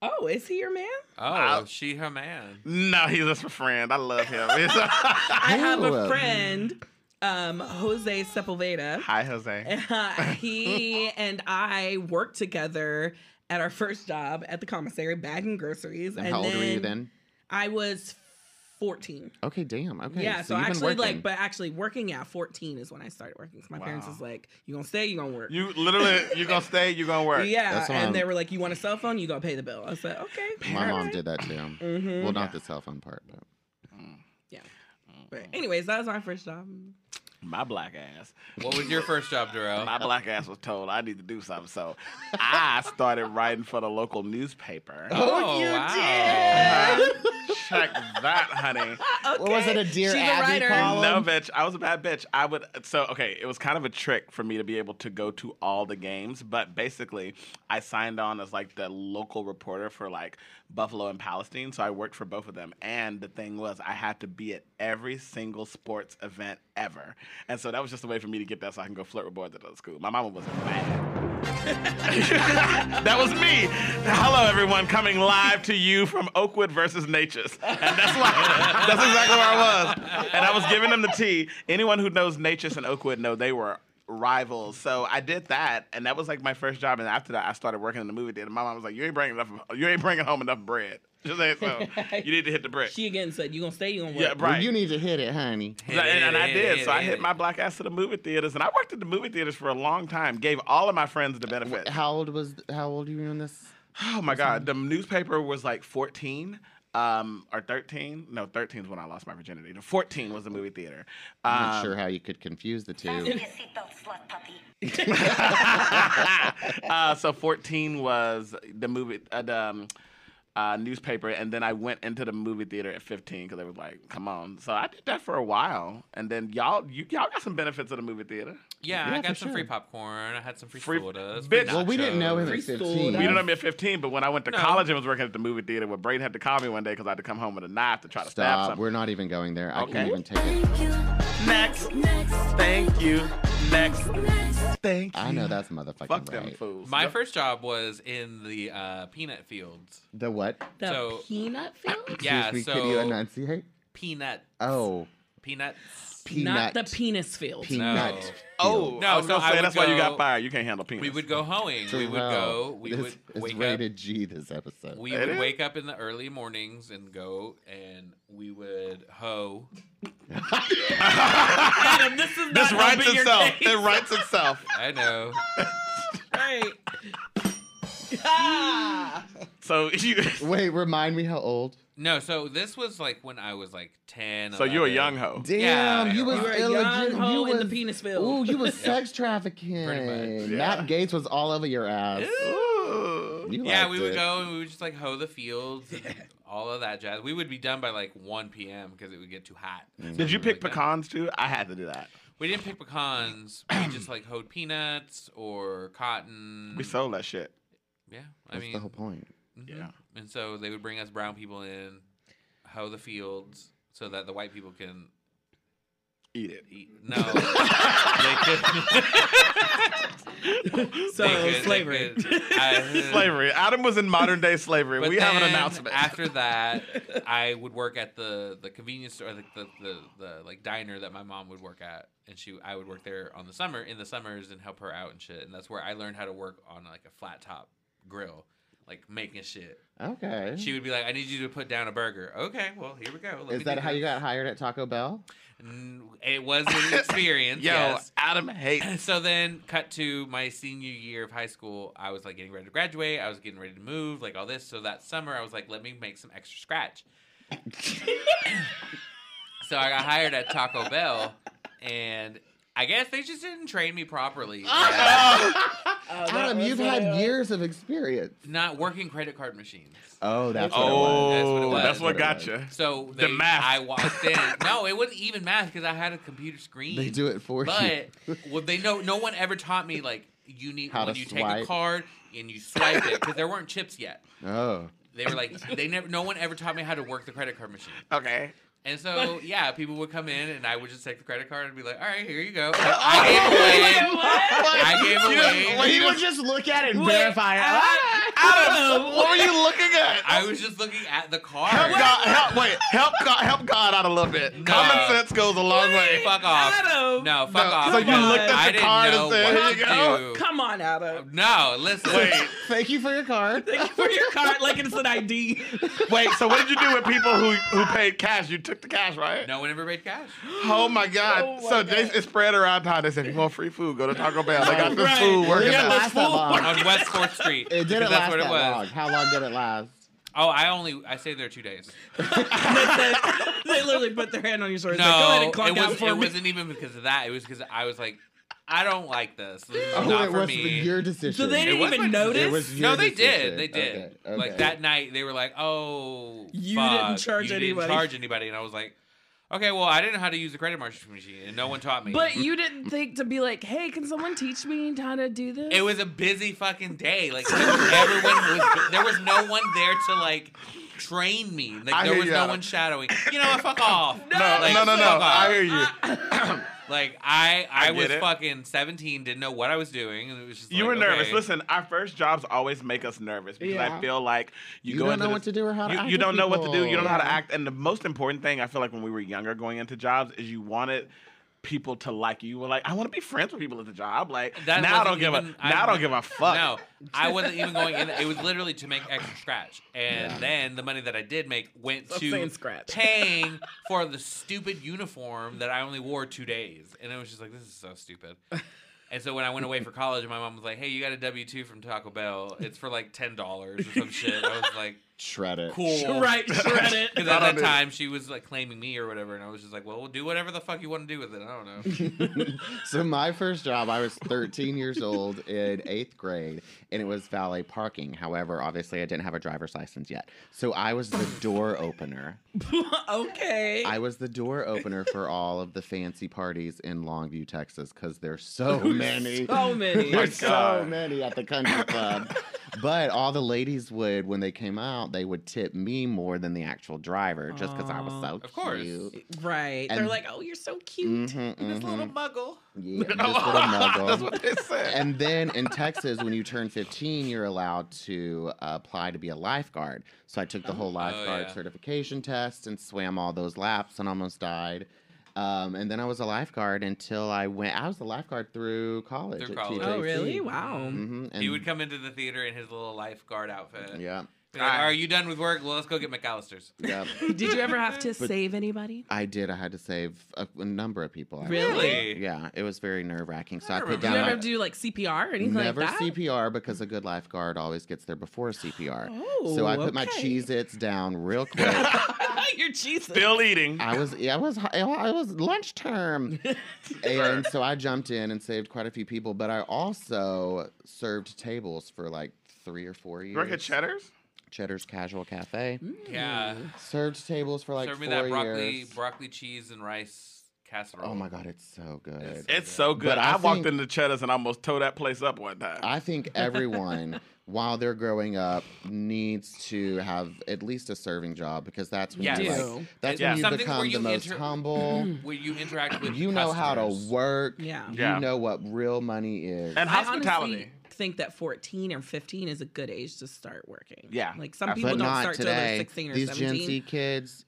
Speaker 8: Oh, is he your man?
Speaker 6: Oh, she her man.
Speaker 3: No, he's just a friend. I love
Speaker 8: (laughs)
Speaker 3: him.
Speaker 8: I have
Speaker 5: Ew.
Speaker 8: a friend, um, Jose Sepulveda.
Speaker 3: Hi, Jose.
Speaker 8: (laughs) he and I worked together at our first job at the commissary, bagging groceries.
Speaker 5: And how old were you then?
Speaker 8: I was fourteen.
Speaker 5: Okay, damn. Okay.
Speaker 8: yeah, so,
Speaker 5: you've been
Speaker 8: actually,
Speaker 5: working.
Speaker 8: like, but actually, working at fourteen is when I started working. 'cause my parents
Speaker 3: Wow.
Speaker 8: was like, "You gonna stay? You gonna
Speaker 3: (laughs)
Speaker 8: work?"
Speaker 3: You literally, you gonna stay, you gonna work.
Speaker 8: Yeah,
Speaker 5: That's why
Speaker 8: and they
Speaker 5: I'm-
Speaker 8: were like, "You want a cell phone? You gotta pay the bill." I said, "Okay."
Speaker 5: my
Speaker 8: all
Speaker 5: mom
Speaker 8: right."
Speaker 5: did that too.
Speaker 8: Mhm.
Speaker 5: Well, not the cell phone part, but
Speaker 8: But anyways, that was my first job.
Speaker 3: My black ass.
Speaker 6: What was your first job, Darrell?
Speaker 3: My
Speaker 5: (laughs)
Speaker 3: black ass was told I need to do something, so I started writing for the local newspaper.
Speaker 6: Oh, you
Speaker 3: Check that, honey.
Speaker 8: Okay.
Speaker 5: What was it, a Dear
Speaker 8: She's
Speaker 5: Abby
Speaker 8: a writer.
Speaker 5: column?
Speaker 3: No, bitch. I was a bad bitch. I would. So, okay, it was kind of a trick for me to be able to go to all the games, but basically, I signed on as like the local reporter for like Buffalo and Palestine. So I worked for both of them. And the thing was, I had to be at every single sports event ever. And so that was just a way for me to get that so I can go flirt with boys at the school. My mama was mad. that was me. Hello, everyone, coming live to you from Oakwood versus Natchez, and that's why that's exactly where I was. And I was giving them the tea. Anyone who knows Natchez and Oakwood know they were rivals. So I did that, and that was like my first job. And after that, I started working in the movie theater. My mom was like, "You ain't bringing enough. You ain't bringing home enough bread. She said,
Speaker 5: (laughs)
Speaker 3: so you need to hit the brick."
Speaker 8: She again said, "You gonna stay? You gonna work?"
Speaker 3: yeah,
Speaker 5: Well,
Speaker 3: right.
Speaker 5: you need to hit it, honey.
Speaker 6: Hit
Speaker 3: and,
Speaker 6: it,
Speaker 3: and I
Speaker 6: hit
Speaker 3: did.
Speaker 6: it,
Speaker 3: so I hit
Speaker 6: it.
Speaker 3: my black ass to the movie theaters, and I worked at the movie theaters for a long time. Gave all of my friends the benefit.
Speaker 5: How old was? How old you were in this?
Speaker 3: Oh my God. The newspaper was like 14 um, or 13. No, 13 is when I lost my virginity. The 14 was the movie theater.
Speaker 5: I'm not
Speaker 3: Um,
Speaker 5: sure how you could confuse
Speaker 2: (laughs)
Speaker 5: the two.
Speaker 9: Your seatbelt, slut puppy.
Speaker 5: Mm.
Speaker 3: (laughs) uh, so 14 was the movie, uh, the um, uh, newspaper. And then I went into the movie theater at 15 because they were like, come on. So I did that for a while. And then y'all, you, y'all got some benefits of the movie theater.
Speaker 6: Yeah,
Speaker 5: Yeah,
Speaker 6: I
Speaker 5: for
Speaker 6: got some free
Speaker 5: sure.
Speaker 6: popcorn. I had some free,
Speaker 3: Free-
Speaker 6: sodas.
Speaker 3: Bitch.
Speaker 6: free
Speaker 5: Well, we didn't know him at
Speaker 6: nachos.
Speaker 5: fifteen.
Speaker 3: You
Speaker 8: Yes.
Speaker 3: know what I mean? At 15, but when I went to
Speaker 6: No.
Speaker 3: college and was working at the movie theater, where Braden had to call me one day because I had to come home with a knife to try to stab
Speaker 5: Stop.
Speaker 3: something.
Speaker 5: We're not even going there. I
Speaker 3: Okay.
Speaker 5: can't even take it.
Speaker 2: Thank you.
Speaker 3: Next.
Speaker 2: Next.
Speaker 3: Thank you. Next.
Speaker 2: Next.
Speaker 3: Thank you.
Speaker 5: I know that's motherfucking
Speaker 3: Fuck them
Speaker 5: right.
Speaker 3: fools.
Speaker 6: My
Speaker 3: Go-
Speaker 6: first job was in the uh, peanut fields.
Speaker 5: The what?
Speaker 8: The
Speaker 6: So-
Speaker 8: peanut (clears throat) field.
Speaker 6: Yeah,
Speaker 5: Excuse me,
Speaker 6: so
Speaker 5: could you enunciate?
Speaker 6: peanut.
Speaker 5: Oh,
Speaker 6: peanuts.
Speaker 5: peanut.
Speaker 8: Not the penis field.
Speaker 5: Peanut.
Speaker 6: No.
Speaker 5: field.
Speaker 3: Oh,
Speaker 6: No,
Speaker 3: I was
Speaker 6: so
Speaker 3: gonna
Speaker 6: I
Speaker 3: say
Speaker 6: would
Speaker 3: that's why you
Speaker 6: go-
Speaker 3: got fired. You can't handle penis.
Speaker 6: We would go hoeing. We would
Speaker 5: Terrell,
Speaker 6: go. We
Speaker 5: this
Speaker 6: would
Speaker 5: is
Speaker 6: wake
Speaker 5: rated
Speaker 6: up.
Speaker 5: G. This episode.
Speaker 6: We
Speaker 3: It
Speaker 6: would
Speaker 3: is?
Speaker 6: wake up in the early mornings and go, and we would hoe.
Speaker 8: Adam, this is
Speaker 3: This
Speaker 8: not
Speaker 3: writes
Speaker 8: helping your
Speaker 3: itself.
Speaker 8: case.
Speaker 3: It writes itself.
Speaker 6: I know.
Speaker 8: Right. Ah.
Speaker 3: (laughs) So (laughs) you.
Speaker 5: Wait, remind me how old?
Speaker 6: No, so this was like when I was like ten.
Speaker 3: So you're a
Speaker 6: 11.
Speaker 3: young hoe.
Speaker 5: Damn,
Speaker 6: Yeah.
Speaker 5: you was
Speaker 6: You
Speaker 8: were a
Speaker 5: illegit-
Speaker 8: young hoe
Speaker 5: you was,
Speaker 8: in the penis field.
Speaker 5: Ooh, you was sex trafficking.
Speaker 6: Pretty much.
Speaker 5: Matt
Speaker 3: Yeah.
Speaker 5: Gates was all over your ass.
Speaker 3: Ooh.
Speaker 5: You
Speaker 6: Yeah,
Speaker 5: liked
Speaker 6: we would
Speaker 5: it.
Speaker 6: go and we would just like hoe the
Speaker 7: (laughs)
Speaker 6: fields, and all of that jazz. We would be done by like one p.m. because it would get too hot.
Speaker 5: Mm.
Speaker 3: Did you pick
Speaker 6: Like that.
Speaker 3: pecans too? I had to do that.
Speaker 6: We didn't pick pecans. We just like hoed peanuts or cotton.
Speaker 3: We sold that shit.
Speaker 6: Yeah, I
Speaker 5: That's
Speaker 6: mean,
Speaker 5: the whole point.
Speaker 6: mhm.
Speaker 3: Yeah.
Speaker 6: And so they would bring us brown people in, hoe the fields, so that the white people can
Speaker 3: Eat it.
Speaker 6: eat.
Speaker 3: (laughs)
Speaker 6: No, they could.
Speaker 7: (laughs) So
Speaker 6: they could-
Speaker 7: slavery.
Speaker 6: They could,
Speaker 7: (laughs)
Speaker 6: I- uh,
Speaker 3: Slavery. Adam was in modern day slavery.
Speaker 6: But
Speaker 3: we have an
Speaker 6: then
Speaker 3: announcement.
Speaker 6: After
Speaker 3: (laughs)
Speaker 6: that, I would work at the the convenience store, the, the the the like diner that my mom would work at, and she I would work there on the summer in the summers and help her out and shit. And that's where I learned how to work on like a flat top grill, like making shit.
Speaker 5: Okay.
Speaker 6: She would be like, "I need you to put down a burger." Okay, well here we go. Let me
Speaker 5: Is
Speaker 6: do
Speaker 5: that how you
Speaker 6: this.
Speaker 5: got hired at Taco Bell?
Speaker 6: N- It was
Speaker 3: (laughs)
Speaker 6: an experience.
Speaker 3: Yo,
Speaker 6: yes.
Speaker 3: Adam hates.
Speaker 6: (laughs) So then, cut to my senior year of high school. I was like getting ready to graduate. I was getting ready to move, like all this. So that summer, I was like, let me make some extra
Speaker 5: (laughs)
Speaker 6: scratch. so I got hired at Taco Bell, and I guess they just didn't train me
Speaker 5: (laughs)
Speaker 6: properly.
Speaker 5: Ah!
Speaker 6: Uh,
Speaker 5: Adam, you've had years of experience.
Speaker 6: Not working credit card machines.
Speaker 5: Oh, that's what it was.
Speaker 3: Oh,
Speaker 6: That's
Speaker 3: that's
Speaker 6: what
Speaker 5: it
Speaker 3: what
Speaker 5: was.
Speaker 3: got you.
Speaker 6: So
Speaker 3: The
Speaker 6: they-
Speaker 3: math.
Speaker 6: I walked
Speaker 3: (laughs)
Speaker 6: in. No, it wasn't even math because I had a computer screen.
Speaker 5: They do it for you.
Speaker 6: But well, they know no one ever taught me like you need
Speaker 5: How
Speaker 6: when
Speaker 5: to
Speaker 6: you take a
Speaker 5: swipe.
Speaker 6: card and you swipe it because there weren't chips yet.
Speaker 5: Oh.
Speaker 6: They were like they never no one ever taught me how to work the credit card machine.
Speaker 3: (laughs) Okay.
Speaker 6: And so yeah, people would come in and I would just take the credit card and be like, all right, here you go.
Speaker 3: Oh,
Speaker 6: I gave away. I gave away.
Speaker 5: he would just look at it and
Speaker 7: Wait,
Speaker 5: verify it.
Speaker 6: uh,
Speaker 8: Ah!
Speaker 5: Ah!
Speaker 7: I-
Speaker 3: Adam, what were you looking at?
Speaker 6: I was just looking at the
Speaker 3: help
Speaker 6: card.
Speaker 3: God. Help, wait, help God. Help God out a little bit.
Speaker 6: No.
Speaker 3: Common sense goes a long way.
Speaker 6: Fuck off.
Speaker 7: Adam.
Speaker 6: No, fuck
Speaker 3: No,
Speaker 6: off.
Speaker 3: so you
Speaker 6: No,
Speaker 3: looked at
Speaker 6: I
Speaker 3: the
Speaker 6: didn't
Speaker 3: card and
Speaker 6: know
Speaker 3: said,
Speaker 6: what
Speaker 3: "Here you
Speaker 6: to
Speaker 3: go."
Speaker 6: do.
Speaker 7: Come on,
Speaker 8: (laughs)
Speaker 7: Adam.
Speaker 6: No, listen.
Speaker 3: Wait,
Speaker 5: Thank you for your card.
Speaker 7: Thank you for your card. Like it's an
Speaker 8: (laughs)
Speaker 7: ID.
Speaker 3: wait. So what did you do with people who who paid cash? You took the cash, right?
Speaker 6: No one ever paid cash.
Speaker 3: Oh my God.
Speaker 7: Oh my
Speaker 3: so
Speaker 7: God.
Speaker 3: they it spread around town. They said, "If you want free food, go to Taco Bell. They got this
Speaker 7: Right.
Speaker 3: food
Speaker 5: It
Speaker 3: working
Speaker 5: didn't
Speaker 3: out.
Speaker 5: last
Speaker 6: (laughs)
Speaker 5: that long.
Speaker 6: on West Fourth Street.
Speaker 5: It
Speaker 6: because
Speaker 5: didn't
Speaker 6: that's
Speaker 5: last
Speaker 6: what it
Speaker 5: that
Speaker 6: was.
Speaker 5: long. How long did it last?
Speaker 6: Oh, I only I stayed there two days.
Speaker 7: they literally put their hand on your shoulders. like, go ahead
Speaker 6: No,
Speaker 7: and clock
Speaker 6: it,
Speaker 7: out
Speaker 6: was,
Speaker 7: for
Speaker 6: it
Speaker 7: me.
Speaker 6: wasn't even because of that. It was because I was like, I don't like this. This is
Speaker 5: Oh,
Speaker 6: not
Speaker 5: it
Speaker 6: for
Speaker 5: was
Speaker 6: me.
Speaker 5: your decision.
Speaker 7: So they didn't
Speaker 6: was my-
Speaker 7: even
Speaker 6: it
Speaker 7: notice.
Speaker 5: It was your
Speaker 6: no, they
Speaker 5: decision.
Speaker 6: did. They did.
Speaker 5: Okay,
Speaker 6: Like
Speaker 5: okay.
Speaker 6: that night, they were like, "Oh,
Speaker 7: You
Speaker 6: fuck,
Speaker 7: didn't charge
Speaker 6: you
Speaker 7: anybody."
Speaker 6: Didn't charge anybody, and I was like, "Okay, well, I didn't know how to use the credit card machine, and no one taught me."
Speaker 8: But you didn't think to be like, hey, can someone teach me how to do this?
Speaker 6: it was a busy fucking day. Like everyone was, there was no one there to like train me. Like
Speaker 3: I
Speaker 6: there
Speaker 3: hear
Speaker 6: was
Speaker 3: you,
Speaker 6: no
Speaker 3: Adam.
Speaker 6: one shadowing. You know what? Fuck off.
Speaker 3: No, no, no, no.
Speaker 6: fuck off.
Speaker 3: I hear
Speaker 6: (laughs)
Speaker 3: you.
Speaker 6: Like I, I,
Speaker 3: I
Speaker 6: was
Speaker 3: get it.
Speaker 6: fucking seventeen, didn't know what I was doing, and it was just
Speaker 3: You
Speaker 6: like,
Speaker 3: were nervous.
Speaker 6: okay.
Speaker 3: Listen, our first jobs always make us nervous because
Speaker 5: Yeah.
Speaker 3: I feel like you,
Speaker 5: You,
Speaker 3: go
Speaker 5: don't
Speaker 3: into this-
Speaker 5: know what to do or how to
Speaker 3: you,
Speaker 5: act
Speaker 3: you
Speaker 5: with
Speaker 3: don't know what to do.
Speaker 5: people.
Speaker 3: You don't know how to act. And the most important thing I feel like when we were younger going into jobs is you wanted people to like you. You were like, I want to be friends with people at the job. Like
Speaker 6: That
Speaker 3: now I don't
Speaker 6: wasn't
Speaker 3: give a
Speaker 6: even-
Speaker 3: now
Speaker 6: I
Speaker 3: I don't
Speaker 6: wasn't-
Speaker 3: give a fuck.
Speaker 6: No,
Speaker 3: (laughs)
Speaker 6: I wasn't even going in. It was literally to make extra scratch, and
Speaker 5: Yeah.
Speaker 6: then the money that I did make went
Speaker 7: Stop
Speaker 6: to
Speaker 7: saying scratch.
Speaker 6: paying for the stupid uniform that I only wore two days, and I was just like, this is so stupid. And so when I went away for college, my mom was like, "Hey, you got a W two from Taco Bell? It's for like ten dollars or some shit." I was like,
Speaker 5: Shred it.
Speaker 6: "Cool,
Speaker 7: right, shred it.
Speaker 6: Because
Speaker 3: I
Speaker 6: at
Speaker 3: don't
Speaker 6: that
Speaker 3: do-
Speaker 6: time she was like claiming me or whatever, and I was just like, "Well, do whatever the fuck you want to do with it." I don't
Speaker 5: (laughs)
Speaker 6: know.
Speaker 5: So my first job, I was 13 years old in eighth grade, and it was valet parking. However, obviously, I didn't have a driver's license yet, so I was the door opener.
Speaker 7: (laughs) okay.
Speaker 5: I was the door opener for all of the fancy parties in Longview, Texas, because there's so
Speaker 7: so
Speaker 5: many. (laughs)
Speaker 8: Oh
Speaker 7: many.
Speaker 5: There's so
Speaker 3: God.
Speaker 5: many at the country club. But all the ladies would, when they came out, they would tip me more than the actual driver, just because I was so
Speaker 6: Of course.
Speaker 5: cute.
Speaker 7: Right. They're
Speaker 5: And-
Speaker 7: like, oh, you're so cute.
Speaker 5: Mhm,
Speaker 6: This little
Speaker 5: mhm.
Speaker 6: muggle.
Speaker 5: Yeah, just little muggle.
Speaker 3: That's what they (laughs) said.
Speaker 5: and then in Texas, when you turn 15, you're allowed to uh, apply to be a lifeguard. So I took the whole lifeguard
Speaker 6: Oh, yeah.
Speaker 5: certification test and swam all those laps and almost died. Um, and then I was a lifeguard until I went. I was a lifeguard through college.
Speaker 6: Through
Speaker 5: at
Speaker 6: college.
Speaker 7: Oh,
Speaker 5: TJC.
Speaker 7: really? Wow.
Speaker 5: Mhm,
Speaker 6: he
Speaker 5: and-
Speaker 6: would come into the theater in his little lifeguard outfit.
Speaker 5: Yeah.
Speaker 6: Be like, Are you done with work? Well, let's go get
Speaker 5: (laughs)
Speaker 6: McAllister's. (laughs)
Speaker 5: Yeah.
Speaker 8: Did you ever have to save anybody?
Speaker 5: I did. I had to save a, a number of people. actually.
Speaker 6: Really?
Speaker 5: Yeah. It was very nerve wracking. So I,
Speaker 6: I
Speaker 5: put
Speaker 6: remember
Speaker 5: down.
Speaker 8: Did you
Speaker 6: Yeah.
Speaker 8: ever have to do like CPR or anything
Speaker 5: Never
Speaker 8: like that?
Speaker 5: CPR because a good lifeguard always gets there before CPR.
Speaker 7: Oh,
Speaker 5: so I put my
Speaker 7: okay.
Speaker 5: Cheez Its down real quick.
Speaker 7: (laughs) You're Jesus.
Speaker 3: Still eating.
Speaker 5: I was, yeah, I was, hi- I was lunchtime. and so I jumped in and saved quite a few people, but I also served tables for like three or four years.
Speaker 3: You work at Cheddar's?
Speaker 5: Cheddar's Casual Cafe.
Speaker 6: Yeah.
Speaker 5: Served tables for like
Speaker 6: Serve me
Speaker 5: four
Speaker 6: that broccoli,
Speaker 5: years.
Speaker 6: broccoli cheese and rice casserole.
Speaker 5: Oh my god, it's so good.
Speaker 3: It's so good.
Speaker 5: But I
Speaker 3: I, walked
Speaker 5: think-
Speaker 3: into Cheddar's and almost tore that place up one time.
Speaker 5: I think everyone, while they're growing up, needs to have at least a serving job because that's when you
Speaker 6: Yes.
Speaker 5: like, that's
Speaker 3: Yeah.
Speaker 5: when you
Speaker 6: Something where
Speaker 5: become
Speaker 6: you
Speaker 5: the most
Speaker 7: (clears throat)
Speaker 6: inter-
Speaker 5: humble.
Speaker 6: Where you
Speaker 5: (clears throat)
Speaker 6: interact with
Speaker 5: you know how to
Speaker 6: customers.
Speaker 5: work.
Speaker 7: Yeah.
Speaker 3: Yeah.
Speaker 5: You know what real money is.
Speaker 3: and
Speaker 7: I
Speaker 3: hospitality.
Speaker 7: honestly think that 14 or 15 is a good age to start working.
Speaker 3: Yeah.
Speaker 7: Like some
Speaker 3: But
Speaker 7: people
Speaker 5: but
Speaker 7: don't
Speaker 5: not
Speaker 7: start till they're
Speaker 5: today.
Speaker 7: 16 or
Speaker 5: These
Speaker 7: 17.
Speaker 5: Gen Z kids,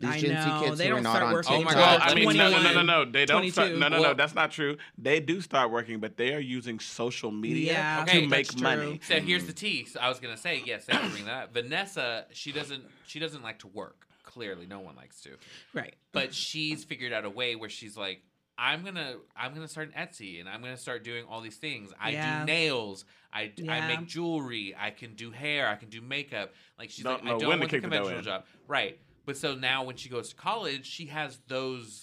Speaker 5: these
Speaker 7: I
Speaker 5: Gen
Speaker 7: know,
Speaker 5: Z kids
Speaker 7: they
Speaker 5: who
Speaker 7: don't
Speaker 5: are not
Speaker 7: start
Speaker 5: on
Speaker 7: working
Speaker 5: TikTok.
Speaker 6: Oh my
Speaker 3: Well,
Speaker 6: God,
Speaker 3: I mean, no, no, no, no,
Speaker 7: 21,
Speaker 3: no. They don't start.
Speaker 7: 22.
Speaker 3: No, no, no.
Speaker 6: Well-
Speaker 3: That's not true. They do start working, but they are using social media
Speaker 7: Yeah,
Speaker 3: to
Speaker 6: Okay,
Speaker 7: that's
Speaker 3: make
Speaker 7: true.
Speaker 3: money.
Speaker 6: So here's the tea. So I was gonna say yes. Thank you for bringing that. up. Vanessa, she doesn't. She doesn't like to work. Clearly, no one likes to.
Speaker 7: Right.
Speaker 6: But she's figured out a way where she's like, I'm gonna, I'm gonna start an Etsy, and I'm gonna start doing all these things. I
Speaker 7: Yeah.
Speaker 6: do nails. I, d- I
Speaker 7: Yeah.
Speaker 6: make jewelry. I can do hair. I can do makeup. Like she's like,
Speaker 3: Don't
Speaker 6: I
Speaker 3: know
Speaker 6: don't
Speaker 3: when to
Speaker 6: want the
Speaker 3: kick the door
Speaker 6: conventional
Speaker 3: in.
Speaker 6: job. Right. But so now when she goes to college, she has those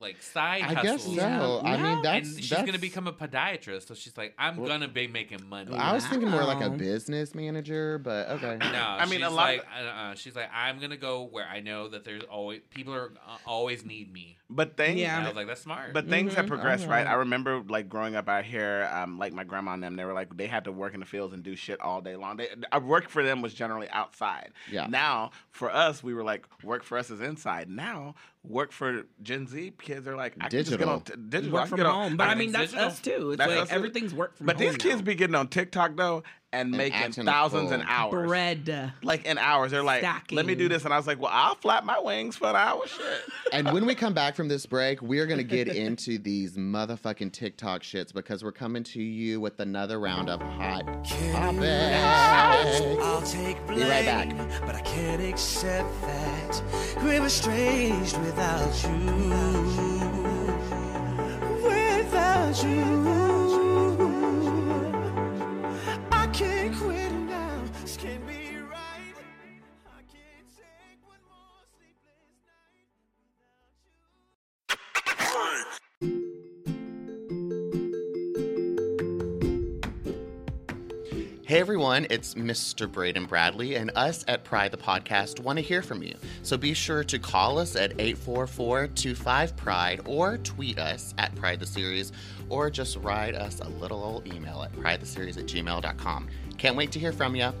Speaker 6: like side
Speaker 5: I guess so.
Speaker 6: hustles.
Speaker 5: I mean, that's
Speaker 6: and she's
Speaker 5: that's,
Speaker 6: gonna become a podiatrist, so she's like, I'm
Speaker 5: Well-
Speaker 6: gonna be making money.
Speaker 5: I was thinking more like a
Speaker 7: Wow.
Speaker 5: business manager, but okay.
Speaker 6: No,
Speaker 3: (laughs) I mean,
Speaker 6: she's
Speaker 3: a lot of-
Speaker 6: like, uh, she's like, I'm gonna go where I know that there's always people are uh, always need me.
Speaker 5: Mm-hmm.
Speaker 3: But things,
Speaker 7: Yeah. Mm-hmm.
Speaker 6: And I was like, that's smart.
Speaker 3: but things have
Speaker 5: Mhm.
Speaker 3: progressed, right?
Speaker 5: Alright.
Speaker 3: I remember like growing up out here, um, like my grandma and them. They were like they had to work in the fields and do shit all day long. They, uh, work for them was generally outside.
Speaker 5: Yeah.
Speaker 3: Now for us, we were like work for us is inside. Now work for Gen Z kids are like I can just get
Speaker 5: Digital.
Speaker 3: on t- digital. I
Speaker 7: Work
Speaker 3: can
Speaker 7: from
Speaker 3: get on-
Speaker 7: home. But I mean,
Speaker 6: mean,
Speaker 7: that's
Speaker 6: digital-
Speaker 7: us too. It's
Speaker 3: That's
Speaker 7: like
Speaker 3: us too.
Speaker 7: everything's work from
Speaker 3: But
Speaker 7: home.
Speaker 3: these kids
Speaker 7: now.
Speaker 3: be getting on TikTok though and,
Speaker 5: acting
Speaker 3: making
Speaker 5: a
Speaker 3: thousands
Speaker 5: fool.
Speaker 3: and hours.
Speaker 7: bread.
Speaker 3: Like in hours, they're like, "Let me
Speaker 7: Stacking.
Speaker 3: do this," and I was like, "Well, I'll flap my wings for an hour." Shit. (laughs)
Speaker 5: And when we come back from this break, we're going to get into these motherfucking TikTok shits because we're coming to you with another round of hot topics.
Speaker 4: I'll take blame,
Speaker 5: Be right back.
Speaker 4: but I can't accept that we're estranged without you. Without you, I can't quit now. This can't be right. I can't take one more sleepless night without you.
Speaker 5: Hey everyone, it's Mr. Braden Bradley, and us at Pride the Podcast want to hear from you. So be sure to call us at 844 25 Pride E or tweet us at Pride the Series or just write us a little old email at pridetheseries at gmail.com. Can't wait to hear from you.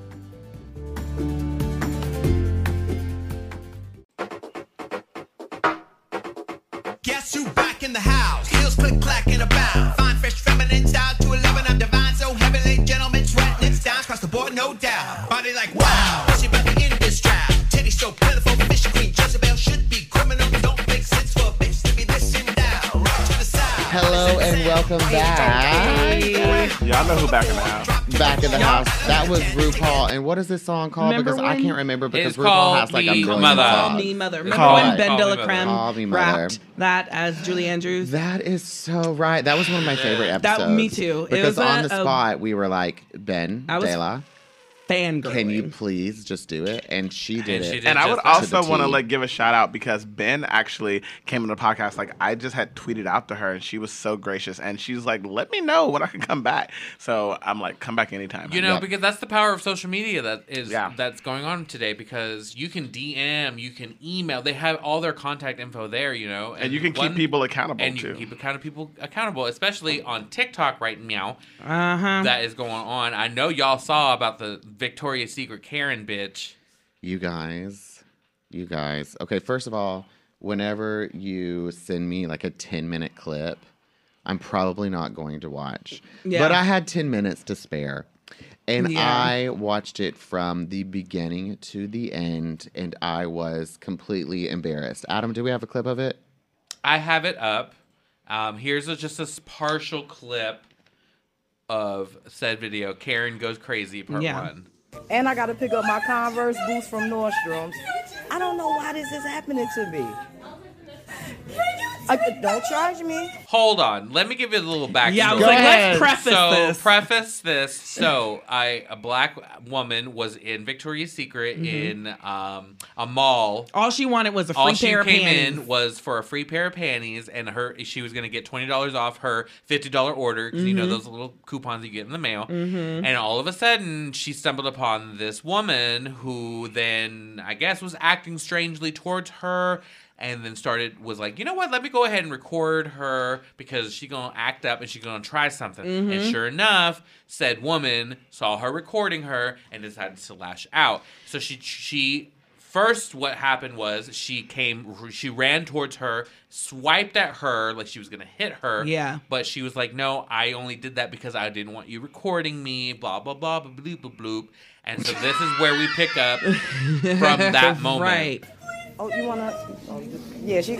Speaker 4: Guess who back in the house? Heels click clacking about. Fine, fresh, feminine style to 11. I'm divine, so heavily. Gentlemen, sweat, lips down across the board, no doubt. Body like wow. She about to end this trap. Titty so plentiful, fish queen Jezebel should be criminal. Don't make sense for a bitch to be this endowed. Rock to the side.
Speaker 5: Hello and welcome back.
Speaker 3: Y'all know who back in the house.
Speaker 5: Back in the house. That was RuPaul. And what is this song called?
Speaker 7: Remember
Speaker 5: because I
Speaker 7: when-
Speaker 5: can't remember because
Speaker 6: It's
Speaker 5: RuPaul
Speaker 6: called
Speaker 5: has like a
Speaker 6: Me
Speaker 5: million
Speaker 6: Mother.
Speaker 7: Call
Speaker 5: songs.
Speaker 7: me mother. Remember
Speaker 5: Call
Speaker 7: when
Speaker 5: it.
Speaker 7: Ben
Speaker 6: Call me
Speaker 5: Call me
Speaker 7: Delacreme
Speaker 5: mother.
Speaker 7: rapped that as Julie Andrews?
Speaker 5: That is so right. That was one of my favorite
Speaker 7: That-
Speaker 5: episodes.
Speaker 7: me too. It
Speaker 5: Because
Speaker 7: was
Speaker 5: on
Speaker 7: a-
Speaker 5: the
Speaker 7: a-
Speaker 5: spot, we were like, Ben,
Speaker 7: I was-
Speaker 5: Dela,
Speaker 7: Fangirling.
Speaker 5: can you please just do it? And she did
Speaker 6: And she
Speaker 5: it.
Speaker 6: did.
Speaker 3: (laughs) And I would
Speaker 6: Just
Speaker 5: to the
Speaker 3: also want to
Speaker 5: T.
Speaker 3: like give a shout out because Ben actually came on the podcast. Like I just had tweeted out to her, and she was so gracious, and she's like, "Let me know when I can come back." So I'm like, "Come back anytime."
Speaker 6: You know,
Speaker 5: Yep.
Speaker 6: because that's the power of social media that is
Speaker 3: Yeah.
Speaker 6: that's going on today. Because you can DM, you can email. They have all their contact info there. You know,
Speaker 3: and you can keep
Speaker 6: one-
Speaker 3: people accountable
Speaker 6: and you
Speaker 3: too.
Speaker 6: can keep account- people accountable, especially on TikTok right now.
Speaker 7: Uh
Speaker 3: Uh-huh.
Speaker 7: huh.
Speaker 6: That is going on. I know y'all saw about the Victoria's Secret Karen bitch.
Speaker 5: You guys, you guys. Okay, first of all, whenever you send me like a 10 minute clip, I'm probably not going to watch.
Speaker 7: Yeah.
Speaker 5: But I had 10 minutes to spare. And
Speaker 7: Yeah.
Speaker 5: I watched it from the beginning to the end, and I was completely embarrassed. Adam, do we have a clip of it?
Speaker 6: I have it up. Um, here's a, just a s- partial clip of said video. Karen goes crazy part
Speaker 7: Yeah.
Speaker 6: one.
Speaker 10: and I got to pick up my Converse boots from Nordstrom's. I don't know why this is happening to me. I, don't charge me.
Speaker 6: Hold on. Let me give you a little back.
Speaker 7: Yeah, I was like, let's preface
Speaker 6: so
Speaker 7: this.
Speaker 6: preface this. So I a black woman was in Victoria's Secret
Speaker 7: Mm-hmm.
Speaker 6: in um, a mall.
Speaker 7: All she wanted was a free
Speaker 6: All she
Speaker 7: pair of
Speaker 6: came
Speaker 7: panties.
Speaker 6: in was for a free pair of panties, and her she was gonna get twenty dollars off her fifty dollar order because
Speaker 7: Mm-hmm.
Speaker 6: you know those little coupons you get in the mail. And all of a sudden, she stumbled upon this woman who then I guess was acting strangely towards her. and then started was like, you know what? Let me go ahead and record her because she gonna act up and she gonna try something.
Speaker 7: Mm-hmm.
Speaker 6: And sure enough, said woman saw her recording her and decided to lash out. So she she first what happened was she came she ran towards her swiped at her like she was gonna hit her
Speaker 8: Yeah.
Speaker 6: but she was like no i only did that because i didn't want you recording me blah blah blah blah bloop bloop bloop and so this is where we pick
Speaker 8: (laughs)
Speaker 6: up from that moment
Speaker 8: Right.
Speaker 1: Oh, you wanna? Oh, yeah, she.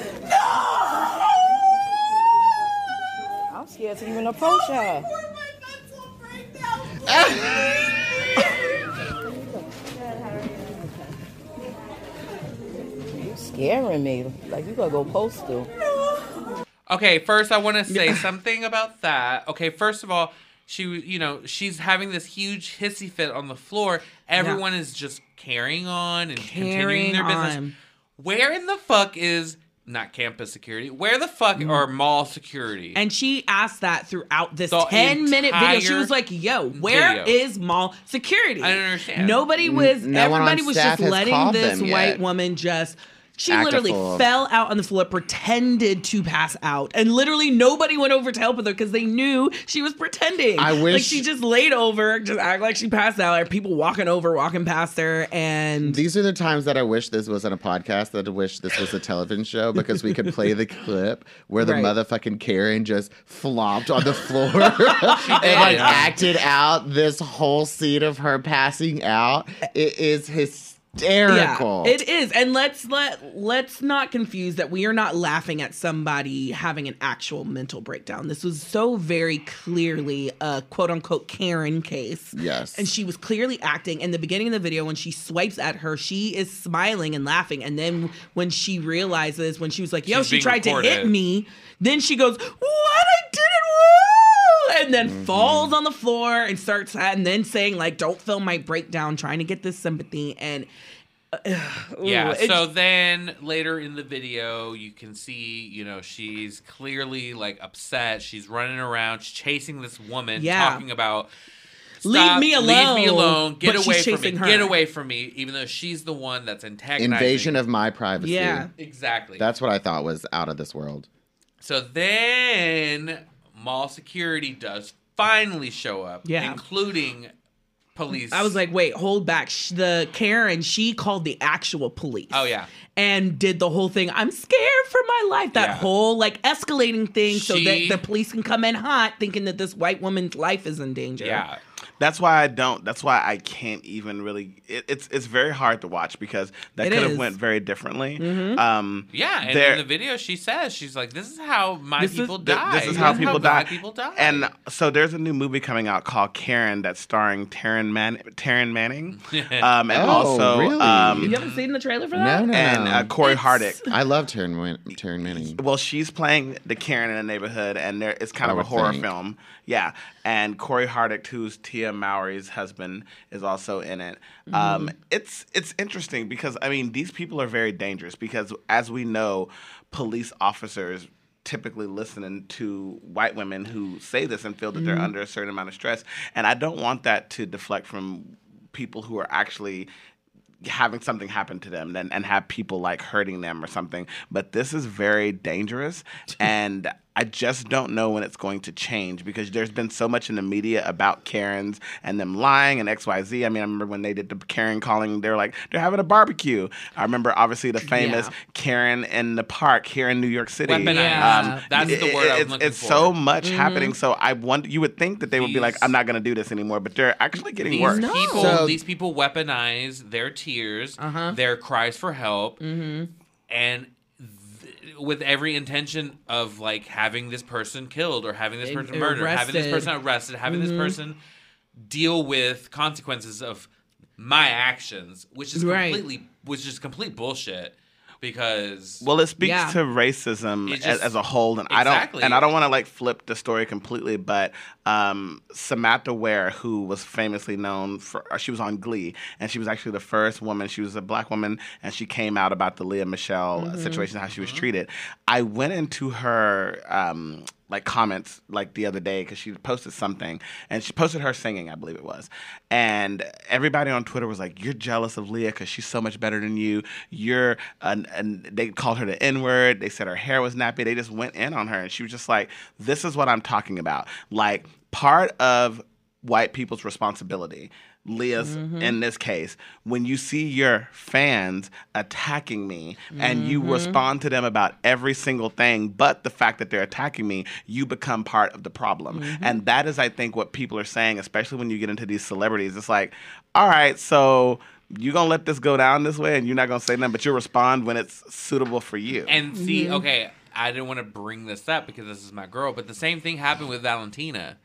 Speaker 1: I'm scared to even approach her. You scaring me. Like you gonna go postal.
Speaker 6: Okay, first I want to say something about that. Okay, first of all, she w- you know she's having this huge hissy fit on the floor. Everyone is just carrying on and continuing
Speaker 8: Carrying
Speaker 6: their business.
Speaker 8: on.
Speaker 6: Where in the fuck is not campus security? Where the fuck are mall security?
Speaker 8: Mm. And she asked that throughout this
Speaker 6: The
Speaker 8: 10 minute video. She
Speaker 6: entire
Speaker 8: was like, yo, where is
Speaker 6: video.
Speaker 8: mall security?
Speaker 6: I don't understand.
Speaker 8: Nobody was,
Speaker 5: no one on
Speaker 8: everybody was
Speaker 5: staff
Speaker 8: just
Speaker 5: has
Speaker 8: letting
Speaker 5: called
Speaker 8: this
Speaker 5: them
Speaker 8: white
Speaker 5: yet.
Speaker 8: woman just. She
Speaker 5: Act a
Speaker 8: literally
Speaker 5: fool.
Speaker 8: fell out on the floor, pretended to pass out, and literally nobody went over to help with her because they knew she was pretending.
Speaker 5: I
Speaker 8: like
Speaker 5: wish-
Speaker 8: she just laid over, just act like she passed out. Like people walking over, walking past her, and
Speaker 5: These are the times that I wish this wasn't a podcast, that I wish this was a television show because we could play the clip
Speaker 7: (laughs)
Speaker 5: where the
Speaker 8: Right.
Speaker 5: motherfucking Karen just flopped on the floor and like acted out this whole scene of her passing out. It is hysterical.
Speaker 8: Yeah, it is. And let's let let's not confuse that we are not laughing at somebody having an actual mental breakdown. This was so very clearly a quote unquote Karen case.
Speaker 5: Yes.
Speaker 8: And she was clearly acting in the beginning of the video when she swipes at her, she is smiling and laughing. And then when she realizes when she was like, Yo,
Speaker 6: She's
Speaker 8: she
Speaker 6: being
Speaker 8: tried to hit
Speaker 6: recorded.
Speaker 8: me, then she goes, What I did it woo! And then falls on the floor and starts and then saying, like, don't film my breakdown, trying to get this sympathy. And
Speaker 6: yeah.
Speaker 8: Ooh, it-
Speaker 6: so then later in the video, you can see, you know, she's clearly like upset. She's running around, she's chasing this woman,
Speaker 8: Yeah.
Speaker 6: talking about
Speaker 8: Leave
Speaker 6: "Stop,
Speaker 8: me
Speaker 6: leave
Speaker 8: alone.
Speaker 6: me alone, get
Speaker 8: But she's
Speaker 6: away from me,
Speaker 8: chasing her.
Speaker 6: get away from me. Even though she's the one that's antagonizing.
Speaker 5: Invasion of my privacy.
Speaker 8: Yeah.
Speaker 6: exactly.
Speaker 5: That's what I thought was out of this world.
Speaker 6: So then mall security does finally show up,
Speaker 8: Yeah.
Speaker 6: including police.
Speaker 8: I was like, wait, hold back. Sh- The Karen, she called the actual police.
Speaker 6: Oh, yeah.
Speaker 8: And did the whole thing. I'm scared for my life. That
Speaker 6: Yeah.
Speaker 8: whole like escalating thing so
Speaker 6: She-
Speaker 8: that the police can come in hot thinking that this white woman's life is in danger.
Speaker 6: yeah.
Speaker 3: That's why I don't. That's why I can't even really. It, it's it's very hard to watch because that
Speaker 8: It
Speaker 3: could
Speaker 8: is.
Speaker 3: have went very differently. Um,
Speaker 6: Mm-hmm. Yeah, and
Speaker 3: there-
Speaker 6: in the video she says she's like, "This is how my
Speaker 8: This is-
Speaker 6: people
Speaker 8: th-
Speaker 6: die.
Speaker 3: This is how people die.
Speaker 6: black people die."
Speaker 3: And so there's a new movie coming out called Karen that's starring Taryn Man-
Speaker 6: (laughs)
Speaker 3: Taryn Manning, um, and
Speaker 5: Oh,
Speaker 3: also
Speaker 5: really?
Speaker 3: um,
Speaker 8: You haven't seen the trailer for that?
Speaker 5: No, no,
Speaker 3: and
Speaker 5: no.
Speaker 3: uh, Corey
Speaker 8: It's-
Speaker 3: Hardick.
Speaker 5: I love Taryn, Win- Taryn Manning.
Speaker 3: Well, she's playing the Karen in the neighborhood, and there it's kind
Speaker 5: I
Speaker 3: of a
Speaker 5: would
Speaker 3: horror
Speaker 5: think.
Speaker 3: film. Yeah, and Corey Hardick, who's Tia Mowry's husband, is also in it.
Speaker 5: Mm-hmm.
Speaker 3: Um, it's it's interesting because I mean these people are very dangerous because as we know, police officers typically listening to white women who say this and feel that
Speaker 5: Mm-hmm.
Speaker 3: they're under a certain amount of stress, and I don't want that to deflect from people who are actually having something happen to them and, and have people like hurting them or something. But this is very
Speaker 6: (laughs)
Speaker 3: dangerous. And I just don't know when it's going to change because there's been so much in the media about Karens and them lying and XYZ. I mean, I remember when they did the Karen calling, they were like, they're having a barbecue. I remember obviously the famous
Speaker 8: Yeah.
Speaker 3: Karen in the park here in New York City. Um,
Speaker 6: Weaponized.
Speaker 8: Yeah.
Speaker 6: That's the word I was
Speaker 3: it's,
Speaker 6: looking
Speaker 3: it's
Speaker 6: for. Mm-hmm.
Speaker 3: so much happening. So I wonder, you would think that they would be like,
Speaker 6: These-
Speaker 3: I'm not going to do this anymore, but they're actually getting
Speaker 6: these
Speaker 3: worse.
Speaker 8: No.
Speaker 6: people,
Speaker 5: So-
Speaker 6: these people weaponize their tears,
Speaker 8: Uh-huh. Mm-hmm.
Speaker 6: their cries for help, and th- with every intention of like having this person killed or having this
Speaker 8: And
Speaker 6: person murdered, having this
Speaker 8: arrested. Mm-hmm.
Speaker 6: person arrested, having this person deal with consequences of my actions, which is
Speaker 8: Right.
Speaker 6: completely, which is complete bullshit. Because
Speaker 3: Well, it speaks
Speaker 8: Yeah.
Speaker 3: to racism
Speaker 6: It
Speaker 3: as,
Speaker 6: just-
Speaker 3: as a whole, and
Speaker 6: Exactly.
Speaker 3: I don't and I don't want to like flip the story completely, but um, Samantha Ware, who was famously known for uh, she was on Glee, and she was actually the first woman. She was a black woman, and she came out uh, about the Leah Michelle situation, how she was treated. I went into her. Um, like comments like the other day because she posted something and she posted her singing, I believe it was, and everybody on Twitter was like, "You're jealous of Leah because she's so much better than you. You're," an, an, they called her the N word. They said her hair was nappy. They just went in on her, and she was just like, "This is what I'm talking about." Like part of white people's responsibility. Leah's in this case, when you see your fans attacking me and you respond to them about every single thing, but the fact that they're attacking me, you become part of the problem. And that is, I think, what people are saying, especially when you get into these celebrities. It's like, all right, so you're going to let this go down this way and you're not going to say nothing, but you'll respond when it's suitable for you.
Speaker 6: And see,
Speaker 7: Mm-hmm.
Speaker 6: okay, I didn't want to bring this up because this is my girl, but the same thing happened with Valentina.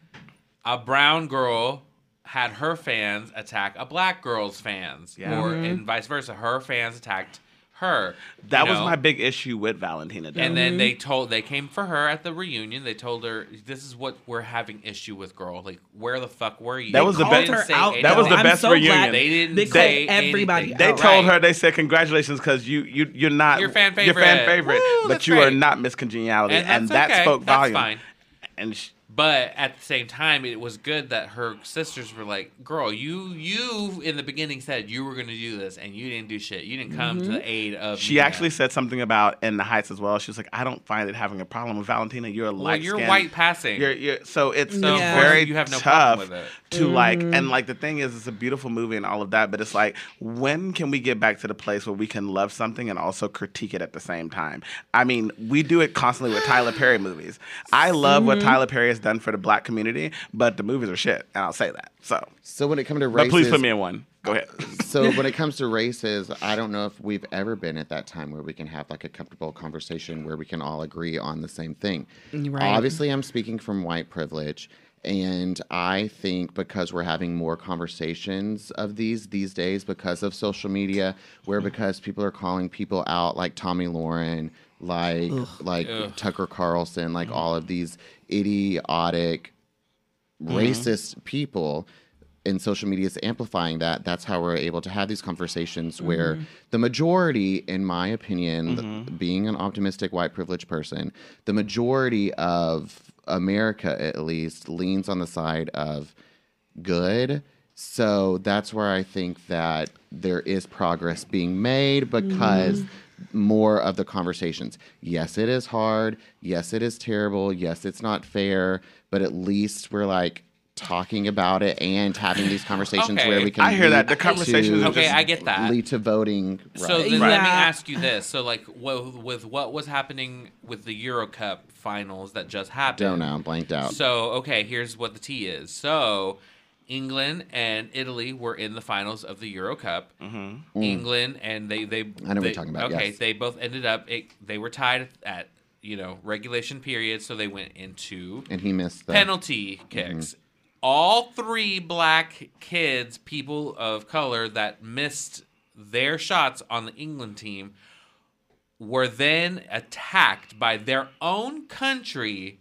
Speaker 6: A brown girl had her fans attack a black girl's fans,
Speaker 3: Yeah.
Speaker 7: Mm-hmm.
Speaker 6: or and vice versa. Her fans attacked her. you
Speaker 3: that was
Speaker 6: know?
Speaker 3: my big issue with Valentina. Though.
Speaker 6: And then
Speaker 7: Mm-hmm.
Speaker 6: they told they came for her at the reunion. They told her this is what we're having issue with, girl. Like where the fuck were you?
Speaker 3: That was
Speaker 6: They
Speaker 3: the best-
Speaker 6: didn't
Speaker 7: Called her
Speaker 6: say
Speaker 7: out,
Speaker 3: That was
Speaker 7: though.
Speaker 3: the
Speaker 7: I'm
Speaker 3: best
Speaker 7: so
Speaker 3: reunion.
Speaker 7: Glad
Speaker 6: They didn't
Speaker 7: They called
Speaker 6: say
Speaker 7: everybody
Speaker 6: anything.
Speaker 3: They
Speaker 7: out.
Speaker 3: told
Speaker 6: oh, Right.
Speaker 3: her they said congratulations because you you you're not
Speaker 6: Your fan
Speaker 3: Your
Speaker 6: favorite.
Speaker 3: fan favorite,
Speaker 6: Woo,
Speaker 3: but
Speaker 6: that's
Speaker 3: you are
Speaker 6: right.
Speaker 3: not Miss Congeniality, and,
Speaker 6: And that's
Speaker 3: that
Speaker 6: okay.
Speaker 3: spoke
Speaker 6: That's
Speaker 3: volume.
Speaker 6: fine.
Speaker 3: And sh
Speaker 6: But at the same time, it was good that her sisters were like, "Girl, you you in the beginning said you were going to do this, and you didn't do shit. You didn't come to the aid of."
Speaker 3: she
Speaker 6: Nina."
Speaker 3: actually said something about in the heights as well. She was like, I don't find it having a problem with Valentina. You're a
Speaker 6: well,
Speaker 3: light.
Speaker 6: "You're white passing."
Speaker 3: You're, you're, so it's um,
Speaker 6: So,
Speaker 7: Yeah.
Speaker 3: very
Speaker 6: you have no
Speaker 3: tough
Speaker 6: problem with it.
Speaker 3: to like,
Speaker 8: Mm-hmm.
Speaker 3: and like the thing is, it's a beautiful movie and all of that, but it's like, when can we get back to the place where we can love something and also critique it at the same time? I mean, we do it constantly with Tyler Perry movies. I love what
Speaker 8: Mm-hmm.
Speaker 3: Tyler Perry has done for the black community, but the movies are shit, and I'll say that. So,
Speaker 5: So when it comes to
Speaker 3: but
Speaker 5: races,
Speaker 3: please put me in one. Go ahead.
Speaker 5: so when it comes to races, I don't know if we've ever been at that time where we can have like a comfortable conversation where we can all agree on the same thing.
Speaker 8: Right.
Speaker 5: Obviously, I'm speaking from white privilege. And I think because we're having more conversations of these these days because of social media, where because people are calling people out like Tommy Lauren, like like Tucker Carlson, like all of these idiotic racist people and social media is amplifying that that's how we're able to have these conversations where the majority in my opinion th- being an optimistic white privileged person the majority of america at least leans on the side of good so that's where i think that there is progress being made because more of the conversations yes it is hard yes it is terrible yes it's not fair but at least we're like talking about it and having these conversations where
Speaker 6: Okay,
Speaker 5: we can
Speaker 3: I hear that.
Speaker 5: lead
Speaker 3: The conversations
Speaker 5: to,
Speaker 3: are
Speaker 6: Okay, I get that.
Speaker 5: lead to voting right
Speaker 6: So then
Speaker 7: Right.
Speaker 6: let me
Speaker 7: Yeah.
Speaker 6: ask you this: So, like, with, with what was happening with the Euro Cup finals that just happened?
Speaker 5: don't know i'm blanked out
Speaker 6: So, okay, here's what the tea is. So, England and Italy were in the finals of the Euro Cup. Mm-hmm. England and they they
Speaker 5: I know what
Speaker 6: they,
Speaker 5: you're talking about,
Speaker 6: Okay,
Speaker 5: yes.
Speaker 6: they both ended up it, they were tied at you know regulation period, so they went into
Speaker 5: and he missed the
Speaker 6: penalty kicks.
Speaker 5: Mm-hmm.
Speaker 6: All three black kids, people of color that missed their shots on the England team, were then attacked by their own country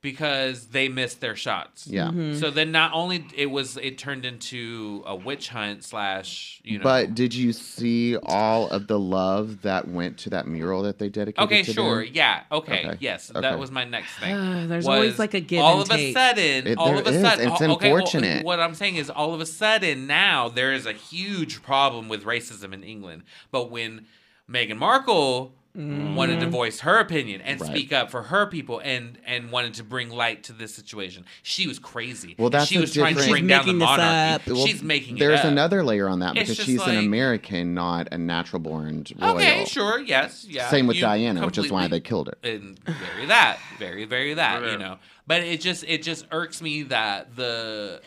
Speaker 6: because they missed their shots.
Speaker 5: yeah
Speaker 6: So then, not only it was, it turned into a witch hunt slash, you know.
Speaker 5: But did you see all of the love that went to that mural that they dedicated
Speaker 6: Okay,
Speaker 5: to them?
Speaker 6: sure. Yeah. Okay.
Speaker 5: Okay,
Speaker 6: Yes.
Speaker 5: okay.
Speaker 6: That was my
Speaker 8: (sighs)
Speaker 6: next thing.
Speaker 8: There's
Speaker 6: was
Speaker 8: always, like, a give
Speaker 6: All
Speaker 8: and
Speaker 6: of
Speaker 8: take.
Speaker 6: a sudden,
Speaker 5: It-
Speaker 6: all
Speaker 5: there
Speaker 6: of a
Speaker 5: is.
Speaker 6: sudden,
Speaker 5: It's
Speaker 6: all- okay, well,
Speaker 5: unfortunate.
Speaker 6: what I'm saying is, all of a sudden, now there is a huge problem with racism in England. But when Meghan Markle wanted
Speaker 8: Mm-hmm.
Speaker 6: to voice her opinion and
Speaker 5: Right.
Speaker 6: speak up for her people and and wanted to bring light to this situation, she was crazy.
Speaker 5: Well,
Speaker 6: And
Speaker 5: that's
Speaker 6: she
Speaker 5: a
Speaker 6: was trying to
Speaker 5: different-
Speaker 6: bring
Speaker 7: She's
Speaker 6: down the
Speaker 7: making this
Speaker 6: monarchy.
Speaker 7: up.
Speaker 5: Well,
Speaker 6: She's making it
Speaker 5: There's
Speaker 6: up.
Speaker 5: another layer on that
Speaker 6: It's
Speaker 5: because
Speaker 6: just
Speaker 5: she's an
Speaker 6: like-
Speaker 5: American, not a natural born royal.
Speaker 6: Okay, sure, yes, yeah.
Speaker 5: Same with
Speaker 6: you
Speaker 5: Diana, which is why
Speaker 6: completely-
Speaker 5: they killed her.
Speaker 6: and very that, very very that, you know. But it just it just irks me that the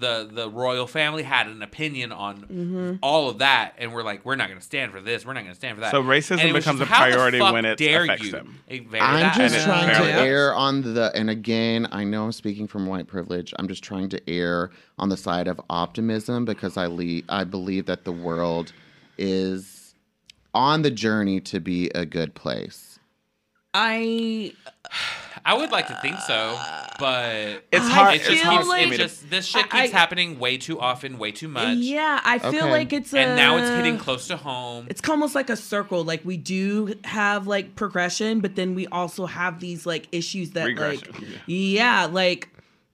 Speaker 6: the the royal family had an opinion on
Speaker 8: Mm-hmm.
Speaker 6: all of that, and we're like, we're not going to stand for this, we're not going to stand for that.
Speaker 3: So racism
Speaker 6: And it was
Speaker 3: becomes a
Speaker 6: just, how the
Speaker 3: priority
Speaker 6: fuck
Speaker 3: when it
Speaker 6: dare
Speaker 3: affects
Speaker 6: you?
Speaker 3: them.
Speaker 6: Eh, very
Speaker 5: I'm
Speaker 6: that.
Speaker 5: just
Speaker 3: And it
Speaker 5: trying to
Speaker 3: barely does.
Speaker 5: err on the, and again, I know I'm speaking from white privilege. I'm just trying to err on the side of optimism because I le- I believe that the world is on the journey to be a good place.
Speaker 8: I
Speaker 6: I would like to think so, but
Speaker 3: It's
Speaker 8: I
Speaker 3: hard.
Speaker 6: it
Speaker 3: It's
Speaker 6: just
Speaker 8: feel
Speaker 6: keeps
Speaker 3: hard
Speaker 8: like-
Speaker 3: for me
Speaker 6: it
Speaker 3: to.
Speaker 6: just this shit
Speaker 8: I-
Speaker 6: keeps
Speaker 8: I-
Speaker 6: happening way too often, way too much.
Speaker 8: Yeah, I feel
Speaker 5: Okay.
Speaker 8: like it's a,
Speaker 6: And now it's hitting close to home.
Speaker 8: It's almost like a circle. Like we do have like progression, but then we also have these like issues that
Speaker 3: Regression.
Speaker 8: like yeah, like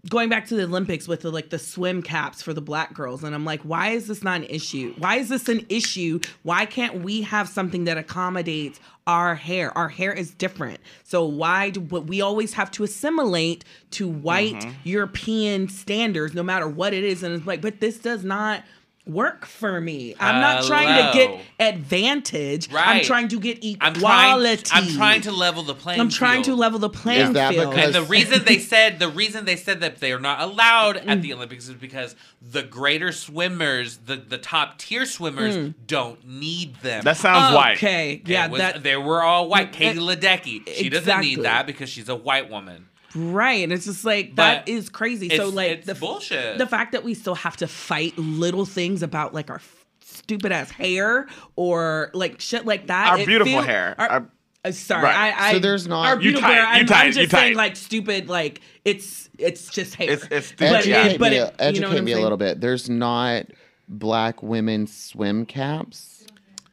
Speaker 8: going back to the Olympics with the like the swim caps for the black girls, and I'm like, why is this not an issue? Why is this an issue? Why can't we have something that accommodates our hair? Our hair is different, so why do but we always have to assimilate to white European standards, no matter what it is? And it's like, but this does not work for me. I'm not trying to
Speaker 6: Hello.
Speaker 8: get advantage. I'm
Speaker 6: Right.
Speaker 8: trying to get
Speaker 6: I'm
Speaker 8: equality.
Speaker 6: trying, I'm trying to level the playing
Speaker 8: I'm trying to
Speaker 6: field.
Speaker 8: level the playing
Speaker 5: Is that
Speaker 8: field.
Speaker 5: because-
Speaker 6: And the
Speaker 8: (laughs)
Speaker 6: reason they said the reason they said that they are not allowed at
Speaker 8: Mm.
Speaker 6: the Olympics is because the greater swimmers, the, the top tier swimmers, don't need them.
Speaker 3: That sounds white.
Speaker 8: Okay. Mm. Yeah,
Speaker 6: It was-
Speaker 8: that
Speaker 6: they were all white.
Speaker 8: Mm,
Speaker 6: Katie
Speaker 8: eh,
Speaker 6: Ledecky, she doesn't
Speaker 8: exactly.
Speaker 6: need that because she's a white woman.
Speaker 8: right. And it's just like
Speaker 6: But
Speaker 8: that is crazy.
Speaker 6: It's,
Speaker 8: So like
Speaker 6: it's
Speaker 8: the f-
Speaker 6: bullshit.
Speaker 8: the fact that we still have to fight little things about like our f- stupid ass hair or like shit like that.
Speaker 3: Our
Speaker 8: it
Speaker 3: beautiful
Speaker 8: feel-
Speaker 3: hair.
Speaker 8: Our,
Speaker 3: Our-
Speaker 8: uh, sorry,
Speaker 3: Right.
Speaker 8: I, I.
Speaker 5: So there's not-
Speaker 8: our
Speaker 5: You
Speaker 8: beautiful
Speaker 3: tight,
Speaker 8: hair.
Speaker 3: you
Speaker 8: I'm,
Speaker 3: tight,
Speaker 8: I'm
Speaker 3: you
Speaker 8: just saying
Speaker 3: tight.
Speaker 8: like stupid. Like it's it's just hair.
Speaker 3: It's it's
Speaker 8: But-
Speaker 3: yeah.
Speaker 5: Educate
Speaker 8: but
Speaker 5: me,
Speaker 8: it-
Speaker 5: a-
Speaker 8: you know
Speaker 5: educate
Speaker 8: what I'm
Speaker 5: me a
Speaker 8: saying?
Speaker 5: little bit. There's not black women swim caps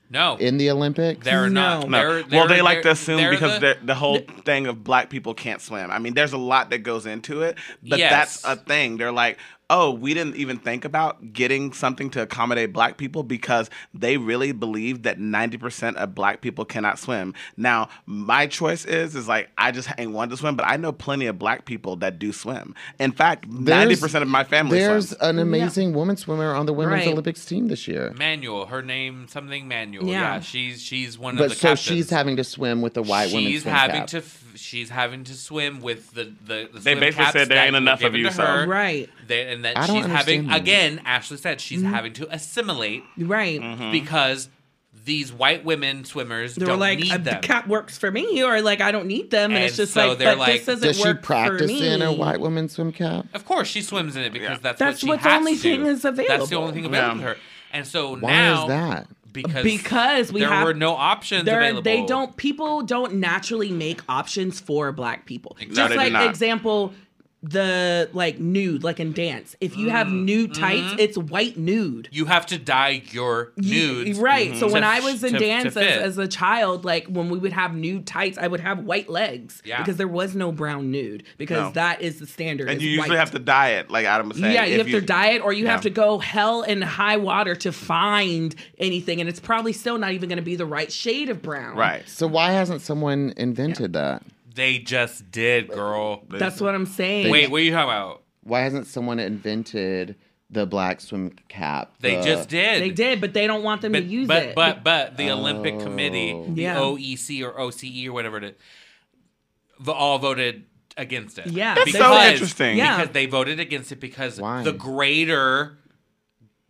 Speaker 6: no,
Speaker 5: in the Olympics.
Speaker 6: they're not.
Speaker 3: No.
Speaker 6: They're,
Speaker 3: well, they
Speaker 6: they're-
Speaker 3: like to
Speaker 6: they're-
Speaker 3: assume
Speaker 6: they're
Speaker 3: because
Speaker 6: the-
Speaker 3: the, the whole thing of black people can't swim. I mean, there's a lot that goes into it, but
Speaker 6: Yes.
Speaker 3: that's a thing. They're like, oh, we didn't even think about getting something to accommodate black people because they really believe that 90% of black people cannot swim. Now, my choice is, is like, I just ain't wanted to swim, but I know plenty of black people that do swim. In fact,
Speaker 5: There's-
Speaker 3: 90% of my family
Speaker 5: There's
Speaker 3: swims.
Speaker 5: an amazing woman swimmer on the women's
Speaker 8: Right.
Speaker 5: Olympics team this year.
Speaker 6: Manuel, her name something Manuel. Yeah,
Speaker 8: Yeah.
Speaker 6: she's she's one of
Speaker 5: But
Speaker 6: the
Speaker 5: so
Speaker 6: captains.
Speaker 5: she's having to swim with the white women.
Speaker 6: she's
Speaker 5: swim
Speaker 6: having
Speaker 5: cap.
Speaker 6: to f- she's having to swim with the the, the
Speaker 3: They
Speaker 6: swim
Speaker 3: basically
Speaker 6: caps
Speaker 3: said there
Speaker 6: that
Speaker 3: ain't
Speaker 6: were
Speaker 3: enough of
Speaker 6: given
Speaker 3: you,
Speaker 6: to
Speaker 3: so-
Speaker 6: her.
Speaker 8: right.
Speaker 6: They- and that
Speaker 5: I don't
Speaker 6: she's having
Speaker 5: understand that. Mm-hmm.
Speaker 6: again ashley said she's having to assimilate
Speaker 8: Right.
Speaker 6: because these white women swimmers
Speaker 8: They were
Speaker 6: don't
Speaker 8: like,
Speaker 6: need
Speaker 8: uh, the
Speaker 6: them
Speaker 8: cap works for me, or like I don't need them, and, it's
Speaker 6: And
Speaker 8: just
Speaker 6: so
Speaker 8: like,
Speaker 6: they're
Speaker 8: but
Speaker 6: like,
Speaker 8: this doesn't
Speaker 5: Does she
Speaker 8: work
Speaker 5: practice
Speaker 8: for me.
Speaker 5: in a white woman swim cap?
Speaker 6: of course she swims in it because that's,
Speaker 8: That's
Speaker 6: what
Speaker 8: what
Speaker 6: she
Speaker 8: the
Speaker 6: has
Speaker 8: only
Speaker 6: to.
Speaker 8: thing is
Speaker 6: that's the
Speaker 8: available.
Speaker 6: only thing available
Speaker 3: Yeah.
Speaker 6: to her and so
Speaker 5: Why
Speaker 6: now
Speaker 5: is that?
Speaker 6: because
Speaker 8: Because we
Speaker 6: there
Speaker 8: have-
Speaker 6: were no options
Speaker 8: They're,
Speaker 6: available
Speaker 8: they don't. People don't naturally make options for black people.
Speaker 3: No,
Speaker 8: Just
Speaker 3: they do
Speaker 8: like
Speaker 3: not.
Speaker 8: example, the like nude, like in dance. If you have
Speaker 6: Mm-hmm.
Speaker 8: nude tights, it's white nude.
Speaker 6: you have to dye your
Speaker 8: You-
Speaker 6: nudes
Speaker 8: Right. So
Speaker 6: Mm-hmm. to-
Speaker 8: when I was in
Speaker 6: to- to
Speaker 8: dance as,
Speaker 6: fit.
Speaker 8: as a child, like when we would have nude tights, I would have white legs
Speaker 6: Yeah.
Speaker 8: because there was no brown nude because
Speaker 3: No.
Speaker 8: that is the standard.
Speaker 3: and
Speaker 8: is
Speaker 3: you usually
Speaker 8: white.
Speaker 3: have to diet, like Adam was saying.
Speaker 8: Yeah, you
Speaker 3: if
Speaker 8: have to diet or you
Speaker 3: Yeah.
Speaker 8: have to go hell and high water to find anything. And it's probably still not even going to be the right shade of brown.
Speaker 3: Right.
Speaker 5: So why hasn't someone invented that?
Speaker 6: they just did girl
Speaker 8: That's what I'm saying.
Speaker 6: wait what are you talking about
Speaker 5: Why hasn't someone invented the black swim cap?
Speaker 6: they
Speaker 5: the-
Speaker 6: just did
Speaker 8: They did, but they don't want them
Speaker 6: but,
Speaker 8: to use
Speaker 6: but,
Speaker 8: it.
Speaker 6: But but the Olympic Committee, the
Speaker 8: Yeah.
Speaker 6: OEC or OCE or whatever it is, vo- all voted against it.
Speaker 8: Yeah. That's
Speaker 3: so interesting.
Speaker 8: Yeah.
Speaker 6: Because they voted against it because
Speaker 5: Why?
Speaker 6: the greater,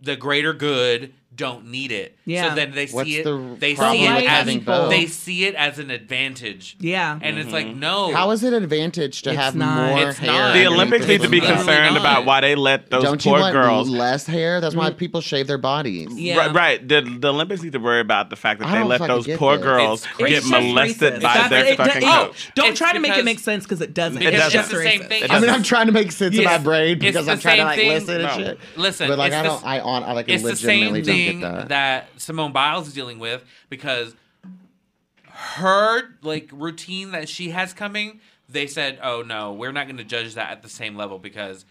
Speaker 6: the greater good don't need it.
Speaker 8: Yeah.
Speaker 6: So then they see
Speaker 5: What's
Speaker 6: it.
Speaker 5: the
Speaker 6: they see
Speaker 5: problem
Speaker 8: with
Speaker 6: it as
Speaker 8: having both?
Speaker 6: they see it as an advantage.
Speaker 8: yeah.
Speaker 6: And it's like no.
Speaker 5: How is it advantage to
Speaker 8: It's
Speaker 5: have
Speaker 8: not.
Speaker 5: more
Speaker 6: It's
Speaker 5: hair?
Speaker 6: not.
Speaker 3: The
Speaker 5: underneath
Speaker 3: Olympics
Speaker 5: the
Speaker 3: need to be
Speaker 5: swim cap?
Speaker 6: Absolutely
Speaker 3: concerned
Speaker 6: not.
Speaker 3: about why they let those
Speaker 5: Don't you
Speaker 3: poor
Speaker 5: want
Speaker 3: girls.
Speaker 5: less hair? That's
Speaker 8: Mm.
Speaker 5: why people shave their bodies.
Speaker 8: yeah.
Speaker 3: Right, right. The, the Olympics need to worry about the fact that
Speaker 5: I
Speaker 3: they
Speaker 5: don't
Speaker 3: let
Speaker 5: fucking
Speaker 3: those
Speaker 5: get
Speaker 3: poor
Speaker 5: this.
Speaker 3: girls
Speaker 6: It's
Speaker 3: get
Speaker 8: just
Speaker 3: molested
Speaker 8: racist.
Speaker 3: by
Speaker 8: That's-
Speaker 3: their
Speaker 8: it-
Speaker 3: fucking
Speaker 8: it- oh,
Speaker 3: coach.
Speaker 8: Don't
Speaker 6: It's
Speaker 8: try to make
Speaker 6: because-
Speaker 8: it make sense because it doesn't.
Speaker 6: Because
Speaker 8: it's
Speaker 3: it's
Speaker 8: just
Speaker 6: the
Speaker 8: racist.
Speaker 6: same thing.
Speaker 5: I mean,
Speaker 6: It's-
Speaker 5: I'm trying to make sense in
Speaker 6: it's-
Speaker 5: my brain
Speaker 6: it's
Speaker 5: because
Speaker 6: the
Speaker 5: I'm trying to
Speaker 6: same
Speaker 5: like
Speaker 6: thing-
Speaker 5: listen
Speaker 3: No.
Speaker 5: and shit.
Speaker 6: Listen,
Speaker 5: but like
Speaker 6: it's
Speaker 5: I
Speaker 6: the
Speaker 5: don't,
Speaker 6: s-
Speaker 5: I on, I like
Speaker 6: it's the
Speaker 5: legitimately
Speaker 6: same
Speaker 5: don't
Speaker 6: thing
Speaker 5: get
Speaker 6: that.
Speaker 5: that.
Speaker 6: Simone Biles is dealing with because her like routine that she has coming, they said, "Oh no, we're not going to judge that at the same level because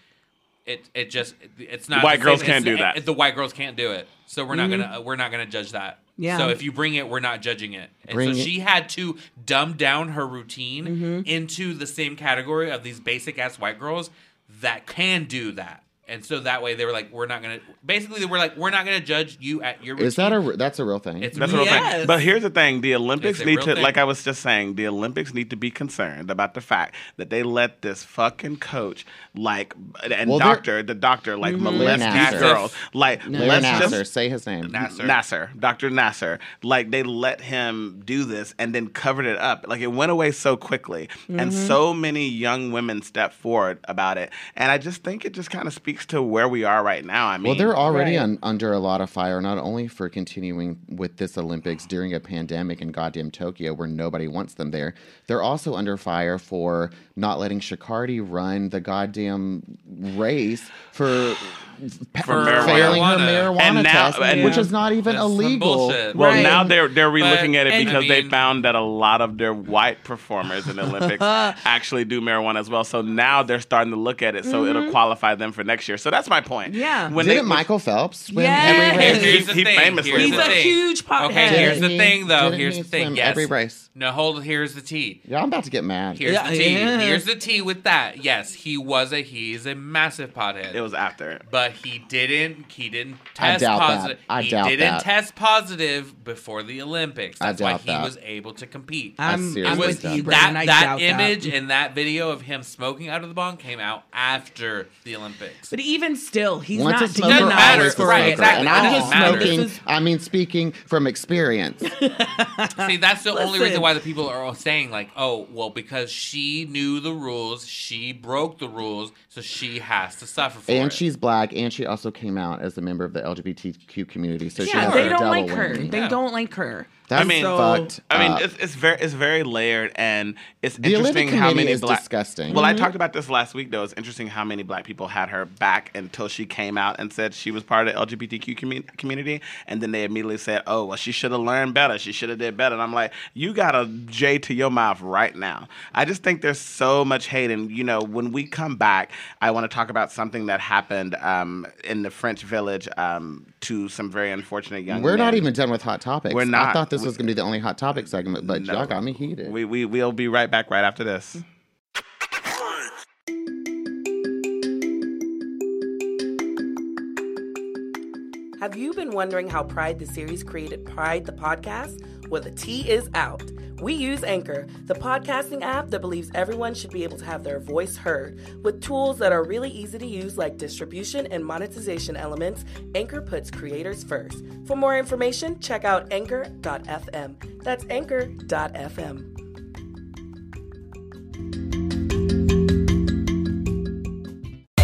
Speaker 6: it it just it's not
Speaker 3: White
Speaker 6: the
Speaker 3: girls
Speaker 6: same-
Speaker 3: can't
Speaker 6: it's-
Speaker 3: do that.
Speaker 6: The white girls can't do it, so we're
Speaker 5: Mm-hmm.
Speaker 6: not gonna uh, we're not gonna judge that.
Speaker 8: Yeah.
Speaker 6: So if you bring it, we're not judging it. And
Speaker 5: Bring
Speaker 6: so
Speaker 5: it. Mm-hmm.
Speaker 6: she had to dumb down her routine into the same category of these basic ass white girls that can do that. And so that way they were like, we're not gonna. Basically, they were like, we're not gonna judge you at your. Routine.
Speaker 5: Is that a re- that's a real thing?
Speaker 6: It's
Speaker 3: That's what I'm
Speaker 8: Yes.
Speaker 3: saying. But here's the thing: the
Speaker 6: It's
Speaker 3: Olympics
Speaker 6: a
Speaker 3: need
Speaker 6: real
Speaker 3: to,
Speaker 6: thing.
Speaker 3: like I was just saying, the Olympics need to be concerned about the fact that they let this fucking coach, like, and
Speaker 5: Well, they're- Mm-hmm.
Speaker 3: doctor, the doctor, like molest
Speaker 5: Nasser.
Speaker 3: these girls. Like,
Speaker 5: Larry
Speaker 3: let's
Speaker 5: Nasser,
Speaker 3: just
Speaker 5: say his name.
Speaker 6: Nasser.
Speaker 3: Nasser, Dr. Nasser. Like they let him do this and then covered it up. Like it went away so
Speaker 5: Mm-hmm.
Speaker 3: quickly. And so many young women stepped forward about it. And I just think it just kind of speaks speaks to where we are right now. I mean,
Speaker 5: Well, they're already
Speaker 10: Right.
Speaker 5: on, under a lot of fire, not only for continuing with this Olympics during a pandemic in goddamn Tokyo where nobody wants them there, they're also under fire for not letting Shikardi run the goddamn race
Speaker 6: (sighs)
Speaker 5: for,
Speaker 3: For
Speaker 5: failing her
Speaker 6: marijuana.
Speaker 5: marijuana
Speaker 3: And now-
Speaker 5: test,
Speaker 3: and-
Speaker 5: which is not even
Speaker 6: That's some
Speaker 5: illegal.
Speaker 6: bullshit.
Speaker 3: Well,
Speaker 8: Right.
Speaker 3: now they're they're relooking at
Speaker 6: and-
Speaker 3: it because
Speaker 6: I
Speaker 3: they
Speaker 6: mean-
Speaker 3: found that a lot of their white performers in the
Speaker 5: (laughs)
Speaker 3: Olympics actually do marijuana as well. So now they're starting to look at it, so it'll qualify them for next year. So that's my point.
Speaker 8: Yeah.
Speaker 3: When
Speaker 5: Mm-hmm. Didn't
Speaker 3: they,
Speaker 5: Michael Phelps swim
Speaker 8: Yes.
Speaker 5: every race?
Speaker 8: Here's
Speaker 3: he- he famously
Speaker 6: here's
Speaker 8: He's
Speaker 6: the
Speaker 8: a
Speaker 6: thing.
Speaker 8: huge pothead.
Speaker 6: Okay, here's the
Speaker 5: Didn't he-
Speaker 6: thing, though.
Speaker 5: didn't
Speaker 6: Here's
Speaker 5: he
Speaker 6: the thing.
Speaker 5: swim
Speaker 6: Yes.
Speaker 5: every race?
Speaker 6: No, hold. Here's the tea.
Speaker 5: Yeah, I'm about to get mad.
Speaker 6: Here's
Speaker 8: Yeah,
Speaker 6: the tea.
Speaker 8: yeah.
Speaker 6: Here's the tea with that. Yes, he was a he is a massive pothead.
Speaker 3: It was after.
Speaker 6: but he didn't. He didn't
Speaker 5: I
Speaker 6: test
Speaker 5: doubt that.
Speaker 6: positive.
Speaker 5: I
Speaker 6: he
Speaker 5: doubt
Speaker 6: didn't
Speaker 5: that.
Speaker 6: test positive before the Olympics.
Speaker 5: I
Speaker 6: That's why
Speaker 5: doubt
Speaker 6: he
Speaker 5: that.
Speaker 6: was able to compete.
Speaker 5: I
Speaker 8: I'm,
Speaker 5: seriously
Speaker 8: I'm
Speaker 6: it was
Speaker 8: with you,
Speaker 5: don't.
Speaker 8: Brandon.
Speaker 6: that
Speaker 8: I
Speaker 6: that
Speaker 8: doubt
Speaker 6: image
Speaker 8: that.
Speaker 6: and that video of him smoking out of the bong came out after the
Speaker 8: (laughs)
Speaker 6: Olympics.
Speaker 8: But even still, he's
Speaker 5: Once a
Speaker 8: not
Speaker 5: smoker,
Speaker 8: denying
Speaker 6: matter,
Speaker 5: always a
Speaker 6: right,
Speaker 5: smoker.
Speaker 6: exactly.
Speaker 5: And
Speaker 6: It
Speaker 5: I'm
Speaker 6: doesn't
Speaker 5: just
Speaker 6: matter.
Speaker 5: smoking.
Speaker 8: This is-
Speaker 5: I mean, speaking from experience.
Speaker 6: See, that's the only reason
Speaker 8: Listen.
Speaker 6: why the people are all saying like, "Oh, well, because she knew the rules, she broke the rules, so she has to suffer for
Speaker 5: and
Speaker 6: it."
Speaker 5: she's black, and she also came out as a member of the LGBTQ community. So she
Speaker 8: Yeah,
Speaker 5: has
Speaker 8: they
Speaker 5: a
Speaker 8: don't
Speaker 5: double
Speaker 8: like her.
Speaker 5: whammy.
Speaker 8: They don't like her.
Speaker 5: That's
Speaker 3: mean-
Speaker 5: fucked.
Speaker 3: I mean,
Speaker 5: up.
Speaker 3: it's, it's very it's very layered, and it's
Speaker 5: the
Speaker 3: interesting
Speaker 5: Olympic
Speaker 3: how
Speaker 5: Committee
Speaker 3: many
Speaker 5: is
Speaker 3: black.
Speaker 5: disgusting. Mm-hmm.
Speaker 3: Well, I talked about this last week, though. It's interesting how many black people had her back until she came out and said she was part of the LGBTQ commu- community, and then they immediately said, "Oh, well, she should have learned better. She should have did better." And I'm like, "You got a J to your mouth right now." I just think there's so much hate, and you know, when we come back, I want to talk about something that happened um, in the French Village um, to some very unfortunate young.
Speaker 5: We're not
Speaker 3: men.
Speaker 5: even done with hot topics.
Speaker 3: We're not.
Speaker 5: I thought this
Speaker 3: We-
Speaker 5: was going to be the only hot topic segment, but
Speaker 3: No.
Speaker 5: y'all got me heated.
Speaker 3: We we we'll be right back right after this.
Speaker 1: Have you been wondering how Pride the series created Pride the podcast? Well, the tea is out. We use Anchor, the podcasting app that believes everyone should be able to have their voice heard. With tools that are really easy to use, like distribution and monetization elements, Anchor puts creators first. For more information, check out anchor.fm. That's anchor.fm.
Speaker 3: (laughs)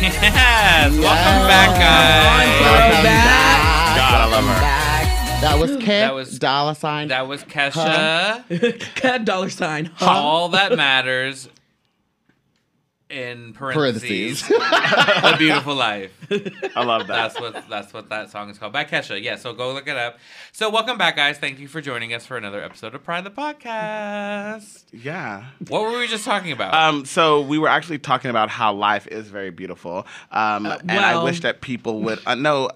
Speaker 6: Yes, welcome back, guys.
Speaker 5: Welcome back.
Speaker 3: God, I love her.
Speaker 5: That was Kip.
Speaker 6: That was-
Speaker 5: dollar sign.
Speaker 6: That was Kesha.
Speaker 8: Cut dollar sign.
Speaker 6: All that matters. In parentheses,
Speaker 5: parentheses.
Speaker 6: the beautiful life.
Speaker 3: I love that.
Speaker 6: That's what that's what that song is called by Kesha. Yeah, so go look it up. So welcome back, guys. Thank you for joining us for another episode of Pride the Podcast.
Speaker 3: yeah.
Speaker 6: What were we just talking about?
Speaker 3: Um, so we were actually talking about how life is very beautiful, um, and I
Speaker 8: well-
Speaker 3: wish that people would uh, no,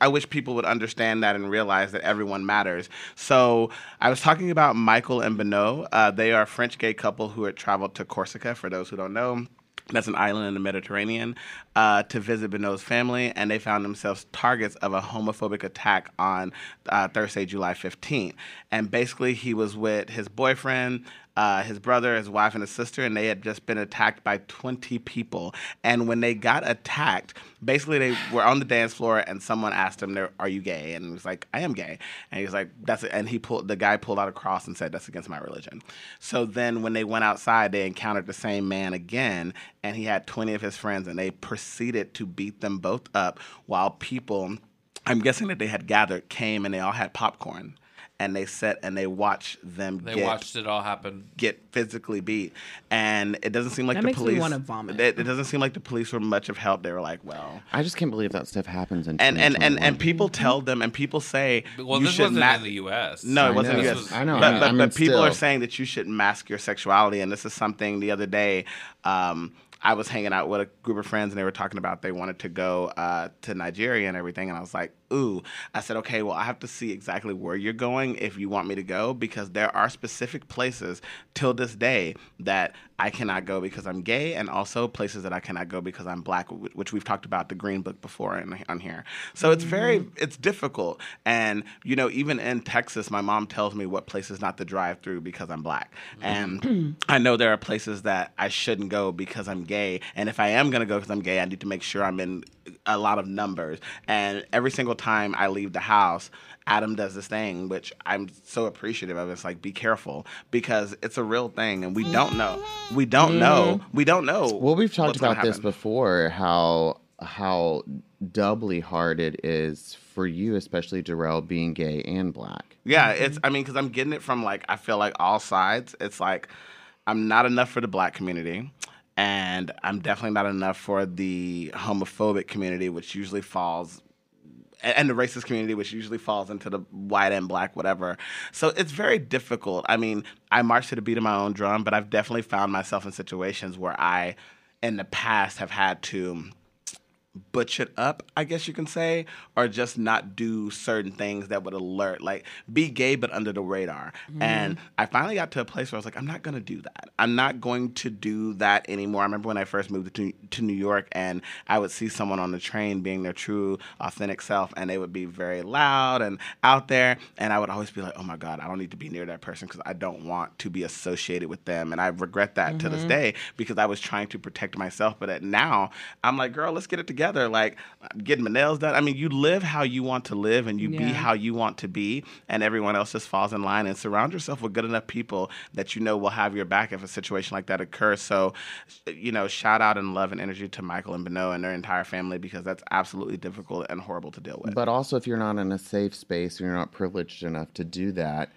Speaker 3: I wish people would understand that and realize that everyone matters. So I was talking about Michael and Benoit. Uh, they are a French gay couple who had traveled to Corsica. For those who don't know. That's an island in the Mediterranean uh, to visit Benoit's family, and they found themselves targets of a homophobic attack on uh, Thursday, July 15th. And basically, he was with his boyfriend, uh, his brother, his wife, and his sister, and they had just been attacked by 20 people. And when they got attacked, basically they were on the dance floor, and someone asked him, "There, "Are you gay?" And he was like, "I am gay." And he was like, "That's," it. and he pulled the guy pulled out a cross and said, "That's against my religion." So then, when they went outside, they encountered the same man again, and he had 20 of his friends, and they proceeded to beat them both up while people. I'm guessing that they had gathered, came, and they all had popcorn, and they sat and they watched them.
Speaker 6: they
Speaker 3: get
Speaker 6: watched it all happen.
Speaker 3: get physically beat, and it doesn't seem like
Speaker 8: That
Speaker 3: the
Speaker 8: makes me
Speaker 3: police.
Speaker 8: wanna vomit.
Speaker 3: It, it doesn't seem like the police were much of help. They were like, well,
Speaker 5: (laughs) I just can't believe that stuff happens in
Speaker 3: and and and, and
Speaker 5: 2021.
Speaker 3: people tell them, and people say,
Speaker 6: Well,
Speaker 3: you
Speaker 6: this
Speaker 3: should
Speaker 6: wasn't
Speaker 3: not.
Speaker 6: in the U.S.
Speaker 3: No,
Speaker 5: I
Speaker 3: it wasn't.
Speaker 5: know.
Speaker 3: yes.
Speaker 5: This was- I know, I
Speaker 3: But,
Speaker 5: mean,
Speaker 3: but,
Speaker 5: I'm
Speaker 3: but
Speaker 5: in
Speaker 3: people are
Speaker 5: still.
Speaker 3: saying that you should mask your sexuality, and this is something. The other day, um, I was hanging out with a group of friends, and they were talking about they wanted to go uh, to Nigeria and everything, and I was like, "Ooh!" I said, "Okay, well, I have to see exactly where you're going if you want me to go, because there are specific places till this day that I cannot go because I'm gay, and also places that I cannot go because I'm black, wh- which we've talked about the Green Book before in, on here. So it's very
Speaker 5: Mm-hmm.
Speaker 3: it's difficult, and you know even in Texas, my mom tells me what places not to drive through because I'm black,
Speaker 5: Mm-hmm. (clears throat)
Speaker 3: and I know there are places that I shouldn't go because I'm gay, and if I am gonna go because I'm gay, I need to make sure I'm in a lot of numbers. And every single time I leave the house, Adam does this thing, which I'm so appreciative of. It's like be careful because it's a real thing, and we don't know. We don't know. We don't know.
Speaker 5: Mm-hmm. Well, we've talked
Speaker 3: what's gonna
Speaker 5: about this
Speaker 3: happen.
Speaker 5: before how how doubly hard it is for you, especially Darrell, being gay and black.
Speaker 3: Yeah, it's. I mean, because I'm getting it from like I feel like all sides. It's like I'm not enough for the black community, and I'm definitely not enough for the homophobic community, which usually falls, a- and the racist community, which usually falls into the white and black whatever. So it's very difficult. I mean, I march to the beat of my own drum, but I've definitely found myself in situations where I, in the past, have had to butch it up, I guess you can say, or just not do certain things that would alert, like be gay but under the radar. And I finally got to a place where I was like, I'm not gonna do that. I'm not going to do that anymore. I remember when I first moved to, to New York and I would see someone on the train being their true, authentic self, and they would be very loud and out there. And I would always be like, oh my God, I don't need to be near that person because I don't want to be associated with them. And I regret that to
Speaker 7: Mm-hmm.
Speaker 3: this day because I was trying to protect myself. But at now, I'm like, girl, let's get it together. Like, I'm getting my nails done. I mean, you live how you want to live and you be
Speaker 8: Yeah.
Speaker 3: how you want to be. And everyone else just falls in line. And surround yourself with good enough people that you know will have your back if a situation like that occurs. So, you know, shout out and love and energy to Michael and Beno and their entire family because that's absolutely difficult and horrible to deal with.
Speaker 5: But also, if you're not in a safe space and you're not privileged enough to do that,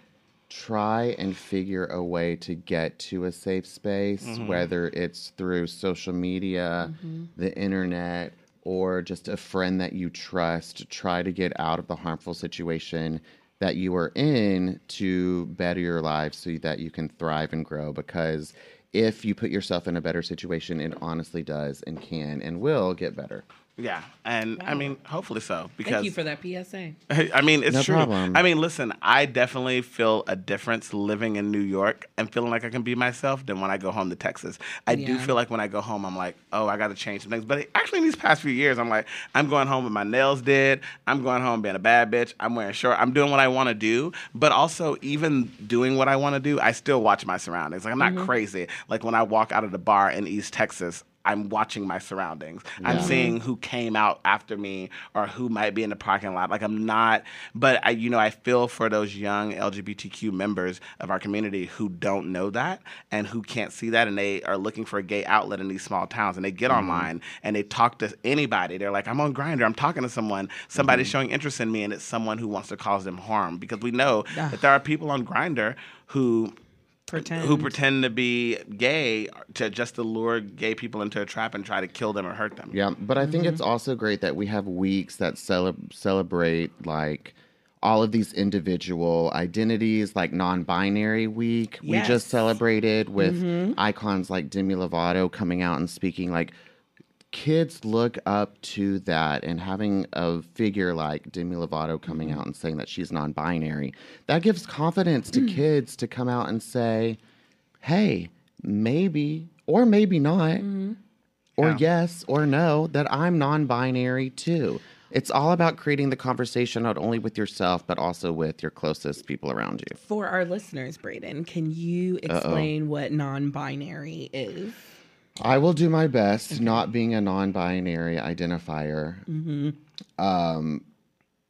Speaker 5: try and figure a way to get to a safe space, whether it's through social media, the internet, or just a friend that you trust. Try to get out of the harmful situation that you are in to better your life so that you can thrive and grow because. If you put yourself in a better situation, it honestly does and can and will get better.
Speaker 3: yeah. And I mean, hopefully so. Because
Speaker 7: Thank you for that PSA.
Speaker 3: (laughs) I mean, it's
Speaker 5: No
Speaker 3: true.
Speaker 5: problem.
Speaker 3: I mean, listen, I definitely feel a difference living in New York and feeling like I can be myself than when I go home to Texas. I do
Speaker 7: Yeah.
Speaker 3: feel like when I go home, I'm like, oh, I got to change some things. But actually, in these past few years, I'm like, I'm going home with my nails did. I'm going home being a bad bitch. I'm wearing short. I'm doing what I want to do. But also, even doing what I want to do, I still watch my surroundings. Like, I'm not crazy. Like, when I walk out of the bar in East Texas, I'm watching my surroundings. I'm seeing who came out after me or who might be in the parking lot. Like I'm not, but I, you know, I feel for those young LGBTQ members of our community who don't know that and who can't see that, and they are looking for a gay outlet in these small towns, and they get online and they talk to anybody. They're like, I'm on Grinder, I'm talking to someone, somebody's showing interest in me, and it's someone who wants to cause them harm because we know that there are people on Grinder who
Speaker 8: Pretend.
Speaker 3: who pretend to be gay to just to lure gay people into a trap and try to kill them or hurt them.
Speaker 5: Yeah, but I think it's also great that we have weeks that cele- celebrate like all of these individual identities, like non-binary week. We
Speaker 7: Yes.
Speaker 5: just celebrated with icons like Demi Lovato coming out and speaking like kids look up to that and having a figure like Demi Lovato coming out and saying that she's non-binary. That gives confidence to kids to come out and say, "Hey, maybe or maybe not." or yes or no that I'm non binary too. It's all about creating the conversation not only with yourself, but also with your closest people around you.
Speaker 8: For our listeners, Braden, can you explain what non binary is?
Speaker 5: I will do my best, not being a non binary identifier. Um,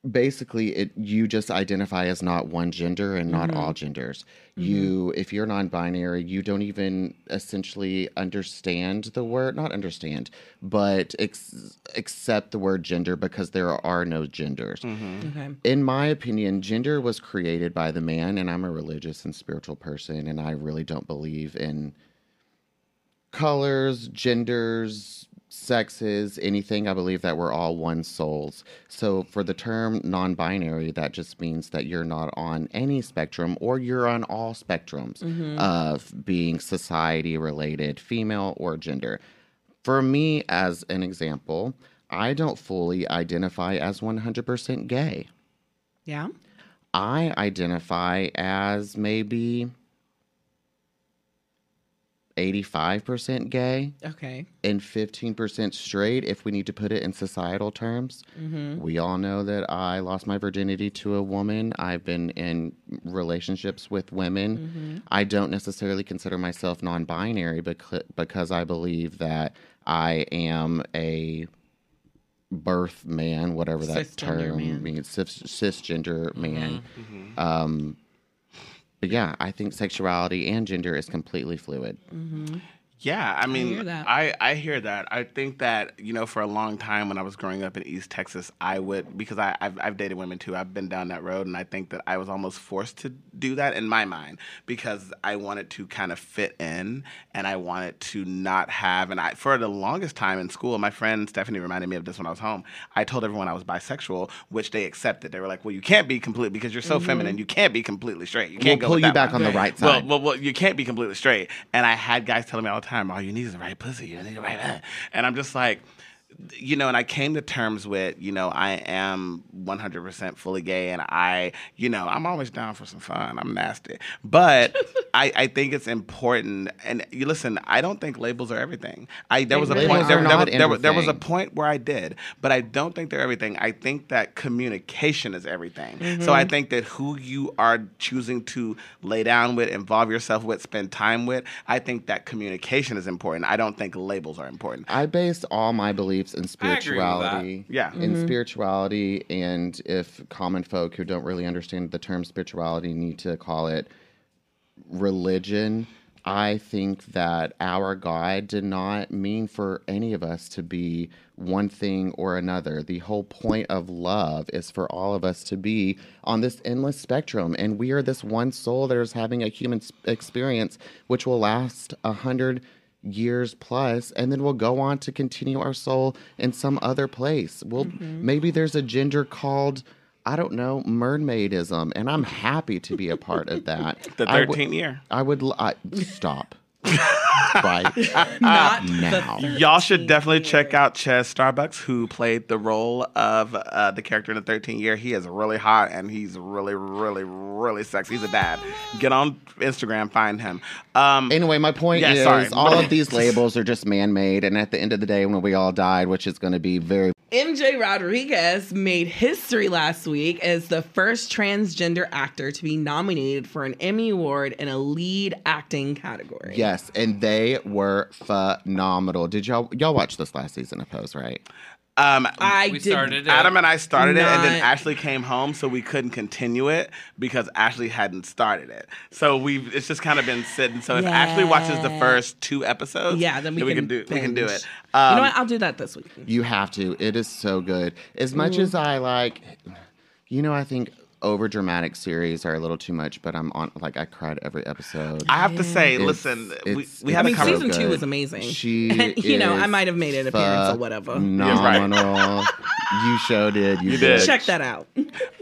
Speaker 5: basically, it you just identify as not one gender and not all genders. You, if you're non binary, you don't even essentially understand the word, not understand, but ex- accept the word gender because there are no genders.
Speaker 8: Okay.
Speaker 5: in my opinion, gender was created by the man, and I'm a religious and spiritual person, and I really don't believe in colors, genders, sexes, anything. I believe that we're all one souls. So for the term non binary, that just means that you're not on any spectrum or you're on all spectrums of being society related, female or gender. For me, as an example, I don't fully identify as 100% gay.
Speaker 8: Yeah.
Speaker 5: I identify as maybe 85% gay
Speaker 8: Okay.
Speaker 5: and 15% straight, if we need to put it in societal terms.
Speaker 7: Mm-hmm.
Speaker 5: We all know that I lost my virginity to a woman. I've been in relationships with women.
Speaker 7: Mm-hmm.
Speaker 5: I don't necessarily consider myself non binary because I believe that I am a birth man, whatever that
Speaker 7: Cisgender
Speaker 5: term
Speaker 7: man. Mm-hmm.
Speaker 5: means, cis, cisgender man. Um, but yeah, I think sexuality and gender is completely fluid.
Speaker 3: Yeah, I mean, I,
Speaker 8: hear that.
Speaker 3: I, hear that. I think that you know, for a long time when I was growing up in East Texas, I would because I, I've, I've dated women too. I've been down that road, and I think that I was almost forced to do that in my mind because I wanted to kind of fit in, and I wanted to not have. And I for the longest time in school, my friend Stephanie reminded me of this when I was home. I told everyone I was bisexual, which they accepted. They were like, "Well, you can't be complete because you're so
Speaker 8: Mm-hmm.
Speaker 3: feminine. You can't be completely straight. You
Speaker 5: We'll
Speaker 3: can't go
Speaker 5: pull
Speaker 3: with
Speaker 5: you
Speaker 3: that
Speaker 5: back
Speaker 3: one."
Speaker 5: on the right
Speaker 3: Well,
Speaker 5: side.
Speaker 3: well, well, you can't be completely straight. And I had guys telling me all the time, all you need is the right pussy. You need the right. uh." And I'm just like, you know, and I came to terms with, you know, I am 100% fully gay and I, you know, I'm always down for some fun. I'm nasty.
Speaker 5: (laughs)
Speaker 3: But I, I think it's important. And you listen, I don't think labels are everything. I, there was a
Speaker 5: really
Speaker 3: point, there,
Speaker 5: are
Speaker 3: there,
Speaker 5: not
Speaker 3: there, there was a
Speaker 5: everything.
Speaker 3: point where I did, but I don't think they're everything. I think that communication is everything. So I think that who you are choosing to lay down with, involve yourself with, spend time with, I think that communication is important. I don't think labels are important.
Speaker 5: I based all my beliefs in
Speaker 6: agree with that.
Speaker 5: spirituality.
Speaker 3: Yeah.
Speaker 5: In spirituality, and if common folk who don't really understand the term spirituality need to call it religion, I think that our God did not mean for any of us to be one thing or another. The whole point of love is for all of us to be on this endless spectrum. And we are this one soul that is having a human s- experience which will last a hundred years plus and then we'll go on to continue our soul in some other place well maybe there's a gender called i don't know mermaidism and i'm happy to be a part of that
Speaker 3: The
Speaker 5: I
Speaker 3: 13th
Speaker 5: would-
Speaker 3: year.
Speaker 5: i would l- I, stop
Speaker 3: (laughs)
Speaker 5: right Uh,
Speaker 8: Not
Speaker 5: now
Speaker 3: Y'all should definitely check out Chaz Starbucks, who played the role of uh, the character in the 13 year. He is really hot and he's really, really, really sexy. He's a dad. Get on Instagram, find him. Um,
Speaker 5: anyway my point
Speaker 3: Yeah,
Speaker 5: is
Speaker 3: sorry. (laughs)
Speaker 5: all of these labels are just man-made and at the end of the day when we all died which is going to be very
Speaker 8: MJ Rodriguez made history last week as the first transgender actor to be nominated for an Emmy Award in a lead acting category.
Speaker 5: yes and they were phenomenal did y'all y'all watch this last season of pose right
Speaker 3: um,
Speaker 8: I
Speaker 6: we
Speaker 8: did-
Speaker 6: started it.
Speaker 3: Adam and I started it, and then
Speaker 8: Not-
Speaker 3: Ashley came home, so we couldn't continue it because Ashley hadn't started it. So we it's just kind of been sitting. So if Ashley watches the
Speaker 8: Yeah.
Speaker 3: first two episodes,
Speaker 8: Yeah, then we can
Speaker 3: do we can do
Speaker 8: binge.
Speaker 3: it.
Speaker 8: You
Speaker 3: Um,
Speaker 8: know what? I'll do that this week.
Speaker 5: You have to. It is so good. As much as I like, you know, I think over dramatic series are a little too much. But I'm on. Like I cried every episode.
Speaker 3: I have to say,
Speaker 5: It's-
Speaker 3: listen, we,
Speaker 5: it's-
Speaker 3: we had
Speaker 5: it's
Speaker 8: I mean,
Speaker 3: a conversation.
Speaker 8: season two
Speaker 5: good.
Speaker 8: was amazing.
Speaker 5: She,
Speaker 8: (laughs) And, you know,
Speaker 5: is
Speaker 8: I might have made an appearance
Speaker 5: (laughs)
Speaker 8: or whatever.
Speaker 5: Phenomenal. you showed it. You,
Speaker 3: did.
Speaker 5: did.
Speaker 8: Check
Speaker 3: (laughs)
Speaker 8: that out.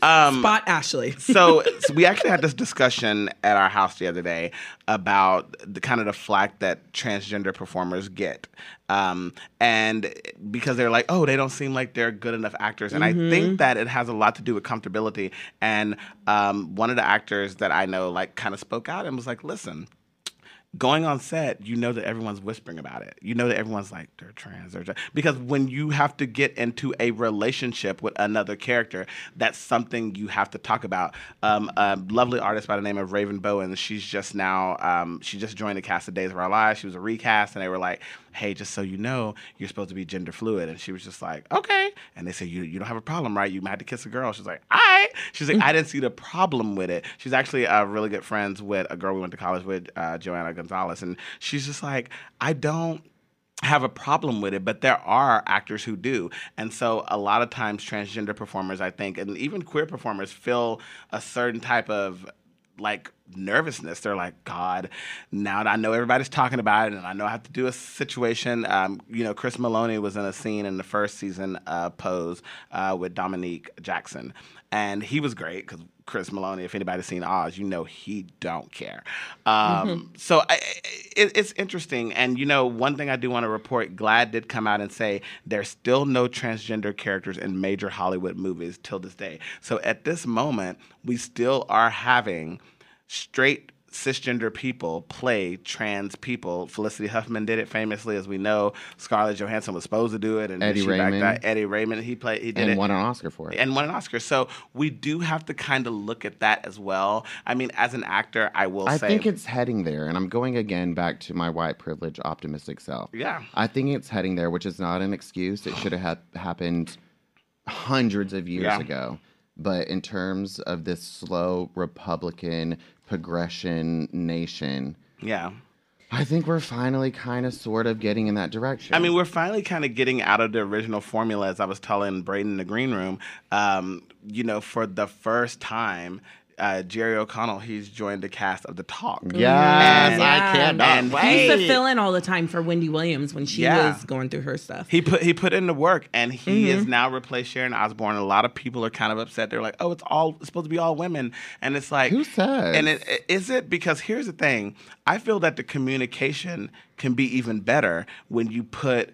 Speaker 3: um,
Speaker 8: Spot Ashley.
Speaker 3: so, so we actually had this discussion at our house the other day about the kind of the flack that transgender performers get um, and because they're like oh they don't seem like they're good enough actors and i think that it has a lot to do with comfortability and um, one of the actors that i know like kind of spoke out and was like listen going on set, you know that everyone's whispering about it. You know that everyone's like, they're trans, they're trans. Because when you have to get into a relationship with another character, that's something you have to talk about. Um, a lovely artist by the name of Raven Bowen, she's just now, um, she just joined the cast of Days of Our Lives. She was a recast, and they were like, hey, just so you know, you're supposed to be gender fluid. And she was just like, okay. And they said, you, you don't have a problem, right? You had to kiss a girl. She's like, all right. She's like, I didn't see the problem with it. She's actually uh, really good friends with a girl we went to college with, uh, Joanna Gonzalez. And she's just like, I don't have a problem with it, but there are actors who do. And so a lot of times transgender performers, I think, and even queer performers feel a certain type of like nervousness. They're like, God, now that I know everybody's talking about it and I know I have to do a situation. Um, you know, Chris Maloney was in a scene in the first season uh, Pose uh, with Dominique Jackson. And he was great because Chris Maloney, if anybody's seen Oz, you know he don't care. Um,
Speaker 5: Mm-hmm.
Speaker 3: So I, I- it, it's interesting. And, you know, one thing I do want to report, Glad did come out and say there's still no transgender characters in major Hollywood movies till this day. So at this moment, we still are having straight cisgender people play trans people. Felicity Huffman did it famously, as we know. Scarlett Johansson was supposed to do it, and then
Speaker 5: Eddie
Speaker 3: she backed
Speaker 5: Raymond.
Speaker 3: out. Eddie Raymond, he played, he did
Speaker 5: and
Speaker 3: it
Speaker 5: won an Oscar for it.
Speaker 3: and won an Oscar. So we do have to kind of look at that as well. I mean, as an actor, I will
Speaker 5: I
Speaker 3: say,
Speaker 5: think it's heading there, and I'm going again back to my white privilege, optimistic self.
Speaker 3: Yeah.
Speaker 5: I think it's heading there, which is not an excuse. It should have hap- happened hundreds of years
Speaker 3: Yeah.
Speaker 5: ago. But in terms of this slow Republican progression nation,
Speaker 3: yeah.
Speaker 5: I think we're finally kind of sort of getting in that direction.
Speaker 3: I mean, we're finally kind of getting out of the original formula, as I was telling Braden in the green room. Um, you know, for the first time, uh, Jerry O'Connell, he's joined the cast of The Talk.
Speaker 5: yes,
Speaker 3: And-
Speaker 5: I cannot
Speaker 3: and
Speaker 5: wait.
Speaker 8: He used to fill in all the time for Wendy Williams when she
Speaker 3: Yeah.
Speaker 8: was going through her stuff. Mm-hmm.
Speaker 3: He put he put in the work, and he is now replaced Sharon Osbourne. A lot of people are kind of upset. They're like, "Oh, it's all it's supposed to be all women," and it's like,
Speaker 5: Who says?
Speaker 3: And it, it- is it because here's the thing: I feel that the communication can be even better when you put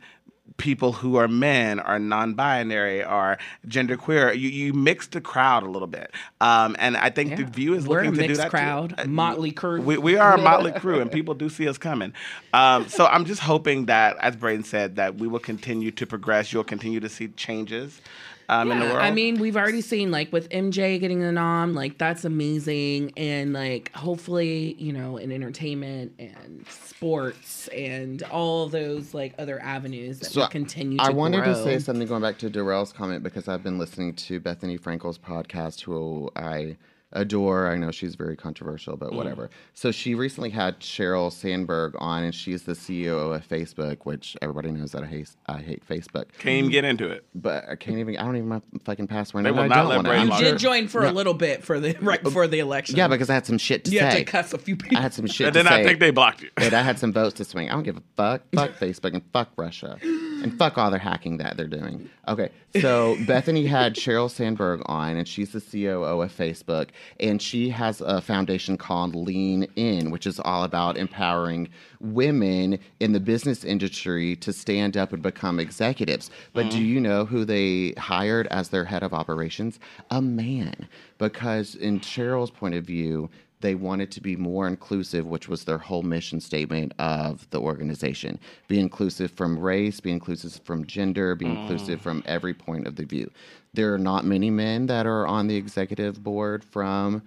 Speaker 3: people who are men or non-binary or genderqueer. You you mix the crowd a little bit, um, and I think the view is
Speaker 8: We're a
Speaker 3: looking to do
Speaker 8: mixed
Speaker 3: that. too. Uh,
Speaker 8: crowd, motley crew.
Speaker 3: We, we are a motley crew, and people do see us coming. Um, so I'm just hoping that, as Braden said, that we will continue to progress. You'll continue to see changes um, in the
Speaker 8: Yeah,
Speaker 3: world.
Speaker 8: I mean, we've already seen like with MJ getting the nom, like that's amazing, and like hopefully, you know, in entertainment and sports and all those like other avenues that
Speaker 5: So
Speaker 8: will continue. To
Speaker 5: I wanted to
Speaker 8: grow.
Speaker 5: say something going back to Darrell's comment because I've been listening to Bethany Frankel's podcast, who I adore. I know she's very controversial, but whatever. So she recently had Cheryl Sandberg on, and she's the CEO of Facebook, which everybody knows that I hate. I hate Facebook,
Speaker 3: Can't even get into it.
Speaker 5: but I can't even. I don't even have my fucking password.
Speaker 3: They
Speaker 5: and
Speaker 3: will
Speaker 5: I
Speaker 3: not
Speaker 5: don't
Speaker 3: let
Speaker 5: wanna-
Speaker 3: Brandon
Speaker 5: I'm
Speaker 3: log
Speaker 8: you
Speaker 3: in.
Speaker 8: did join for a little bit for the right before the election.
Speaker 5: Yeah, because I had some shit to
Speaker 8: you
Speaker 5: say.
Speaker 8: have to cuss a few people.
Speaker 5: I had some shit.
Speaker 3: And
Speaker 5: to
Speaker 3: then I
Speaker 5: say.
Speaker 3: think they blocked you.
Speaker 5: And I had some votes to swing. I don't give a fuck. Fuck Facebook and fuck Russia and fuck all their hacking that they're doing. Okay, so Bethany had Cheryl Sandberg on, and she's the COO of Facebook, and she has a foundation called Lean In, which is all about empowering women in the business industry to stand up and become executives. But do you know who they hired as their head of operations? A man, because in Cheryl's point of view they wanted to be more inclusive, which was their whole mission statement of the organization. Be inclusive from race, be inclusive from gender, be
Speaker 3: Mm.
Speaker 5: inclusive from every point of the view. There are not many men that are on the executive board from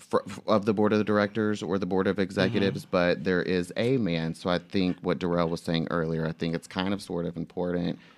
Speaker 5: fr- of the board of directors or the board of executives,
Speaker 3: Mm-hmm.
Speaker 5: but there is a man. So I think what Darrell was saying earlier, I think it's kind of sort of important
Speaker 3: (laughs)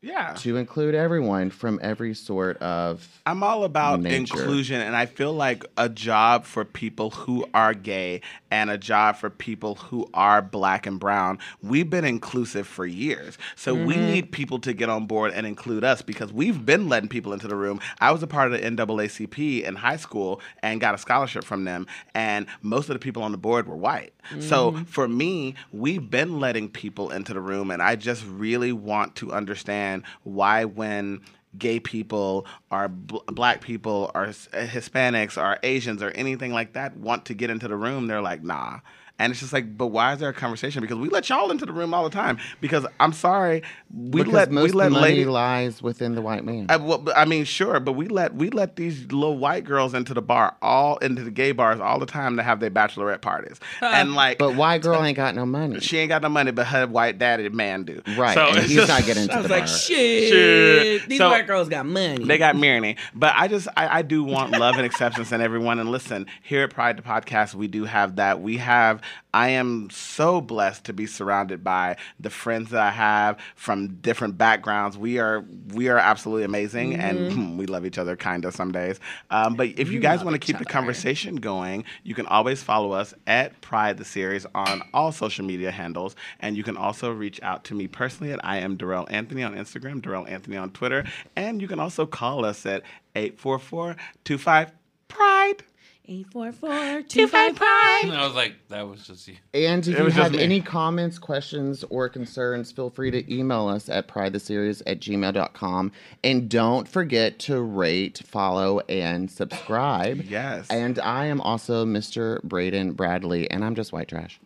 Speaker 3: Yeah.
Speaker 5: to include everyone from every sort of
Speaker 3: I'm all about
Speaker 5: Nature.
Speaker 3: inclusion, and I feel like a job for people who are gay and a job for people who are black and brown. We've been inclusive for years, so we need people to get on board and include us because we've been letting people into the room. I was a part of the NAACP in high school and got a scholarship from them, and most of the people on the board were white. So for me, we've been letting people into the room, and I just really want to understand why when gay people or bl- black people or s- uh, Hispanics or Asians or anything like that want to get into the room, they're like, nah. And it's just like, but why is there a conversation? Because we let y'all into the room all the time. Because I'm sorry, we
Speaker 5: because
Speaker 3: let
Speaker 5: most
Speaker 3: we let
Speaker 5: money
Speaker 3: lady.
Speaker 5: lies within the white man.
Speaker 3: I, well, but- I mean, sure, but we let we let these little white girls into the bar, all into the gay bars, all the time to have their bachelorette parties, and like,
Speaker 5: but white girl ain't got no money.
Speaker 3: she ain't got no money, but her white daddy man do.
Speaker 5: Right.
Speaker 3: So
Speaker 5: and
Speaker 3: it's
Speaker 5: he's
Speaker 3: just-
Speaker 5: not getting into
Speaker 8: I was
Speaker 5: the
Speaker 8: like,
Speaker 5: bar.
Speaker 8: shit.
Speaker 3: Shit.
Speaker 8: These
Speaker 3: So-
Speaker 8: white girls got money.
Speaker 3: They got Mirny. But I just I, I do want love and acceptance in everyone. And listen, here at Pride the Podcast, we do have that. We have I am so blessed to be surrounded by the friends that I have from different backgrounds. We are we are absolutely amazing and hmm, (laughs) we love each other kinda some days. Um, but if you guys want to keep the conversation going, you can always follow us at Pride the Series on all social media handles. And you can also reach out to me personally at I am Darrell Anthony on Instagram, Darrell Anthony on Twitter. And you can also call us at 844 25 Pride.
Speaker 8: eight four four two five
Speaker 6: And I was like, that was just you.
Speaker 5: And if
Speaker 3: It
Speaker 5: you
Speaker 3: was just
Speaker 5: have
Speaker 3: me.
Speaker 5: any comments, questions, or concerns, feel free to email us at pridetheseries at gmail.com. And don't forget to rate, follow, and subscribe.
Speaker 3: Yes.
Speaker 5: And I am also Mr. Braden Bradley, and I'm just white trash.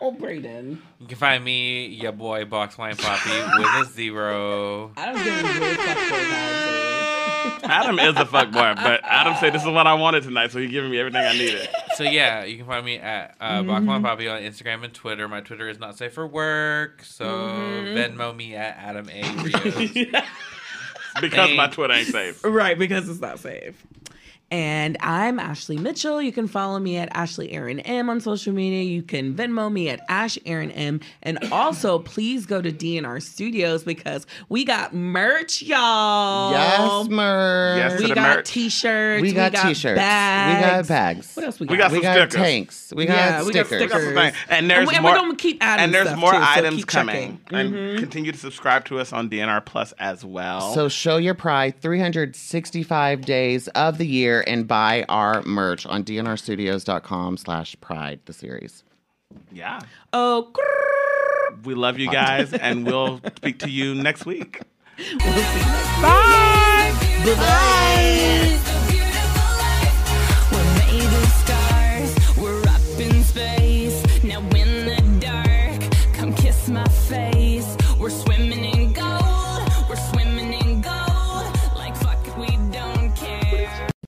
Speaker 8: Oh, Brayden.
Speaker 6: You can find me, your boy Box Wine Poppy with a zero.
Speaker 8: I don't give a real fuck for that. (laughs)
Speaker 3: Adam is a fuckboy, but Adam said this is what I wanted tonight, so he's giving me everything I needed.
Speaker 6: so yeah, you can find me at uh, Bachman Bobby on Instagram and Twitter. My Twitter is not safe for work, so Venmo me at Adam A. Rios.
Speaker 3: because my
Speaker 6: Thanks.
Speaker 3: Twitter ain't safe.
Speaker 8: Right, because it's not safe. And I'm Ashley Mitchell. You can follow me at Ashley Aaron M on social media. You can Venmo me at Ash Aaron M. And also, please go to DNR Studios because we got merch, y'all.
Speaker 5: Yes, Mer.
Speaker 3: Yes,
Speaker 8: We
Speaker 3: to the
Speaker 8: got
Speaker 3: merch.
Speaker 8: t-shirts.
Speaker 5: we got t-shirts. We got
Speaker 8: bags.
Speaker 5: bags.
Speaker 8: What else we got?
Speaker 3: We got
Speaker 5: we
Speaker 3: some
Speaker 5: got
Speaker 3: stickers.
Speaker 5: tanks. We got
Speaker 8: Yeah, we got
Speaker 5: stickers.
Speaker 3: That's the
Speaker 8: stickers.
Speaker 3: thing. And there's
Speaker 8: and we, and
Speaker 3: more.
Speaker 8: we're gonna keep adding
Speaker 3: and there's
Speaker 8: stuff
Speaker 3: more
Speaker 8: too, so
Speaker 3: items
Speaker 8: keep
Speaker 3: coming.
Speaker 8: checking. Mm-hmm.
Speaker 3: And continue to subscribe to us on DNR Plus as well.
Speaker 5: So show your pride 365 days of the year and buy our merch on dnrstudios.com slash pride, the series.
Speaker 3: yeah,
Speaker 8: Oh,
Speaker 3: we love you guys, and
Speaker 8: (laughs)
Speaker 3: we'll speak to you next week.
Speaker 8: bye. Bye.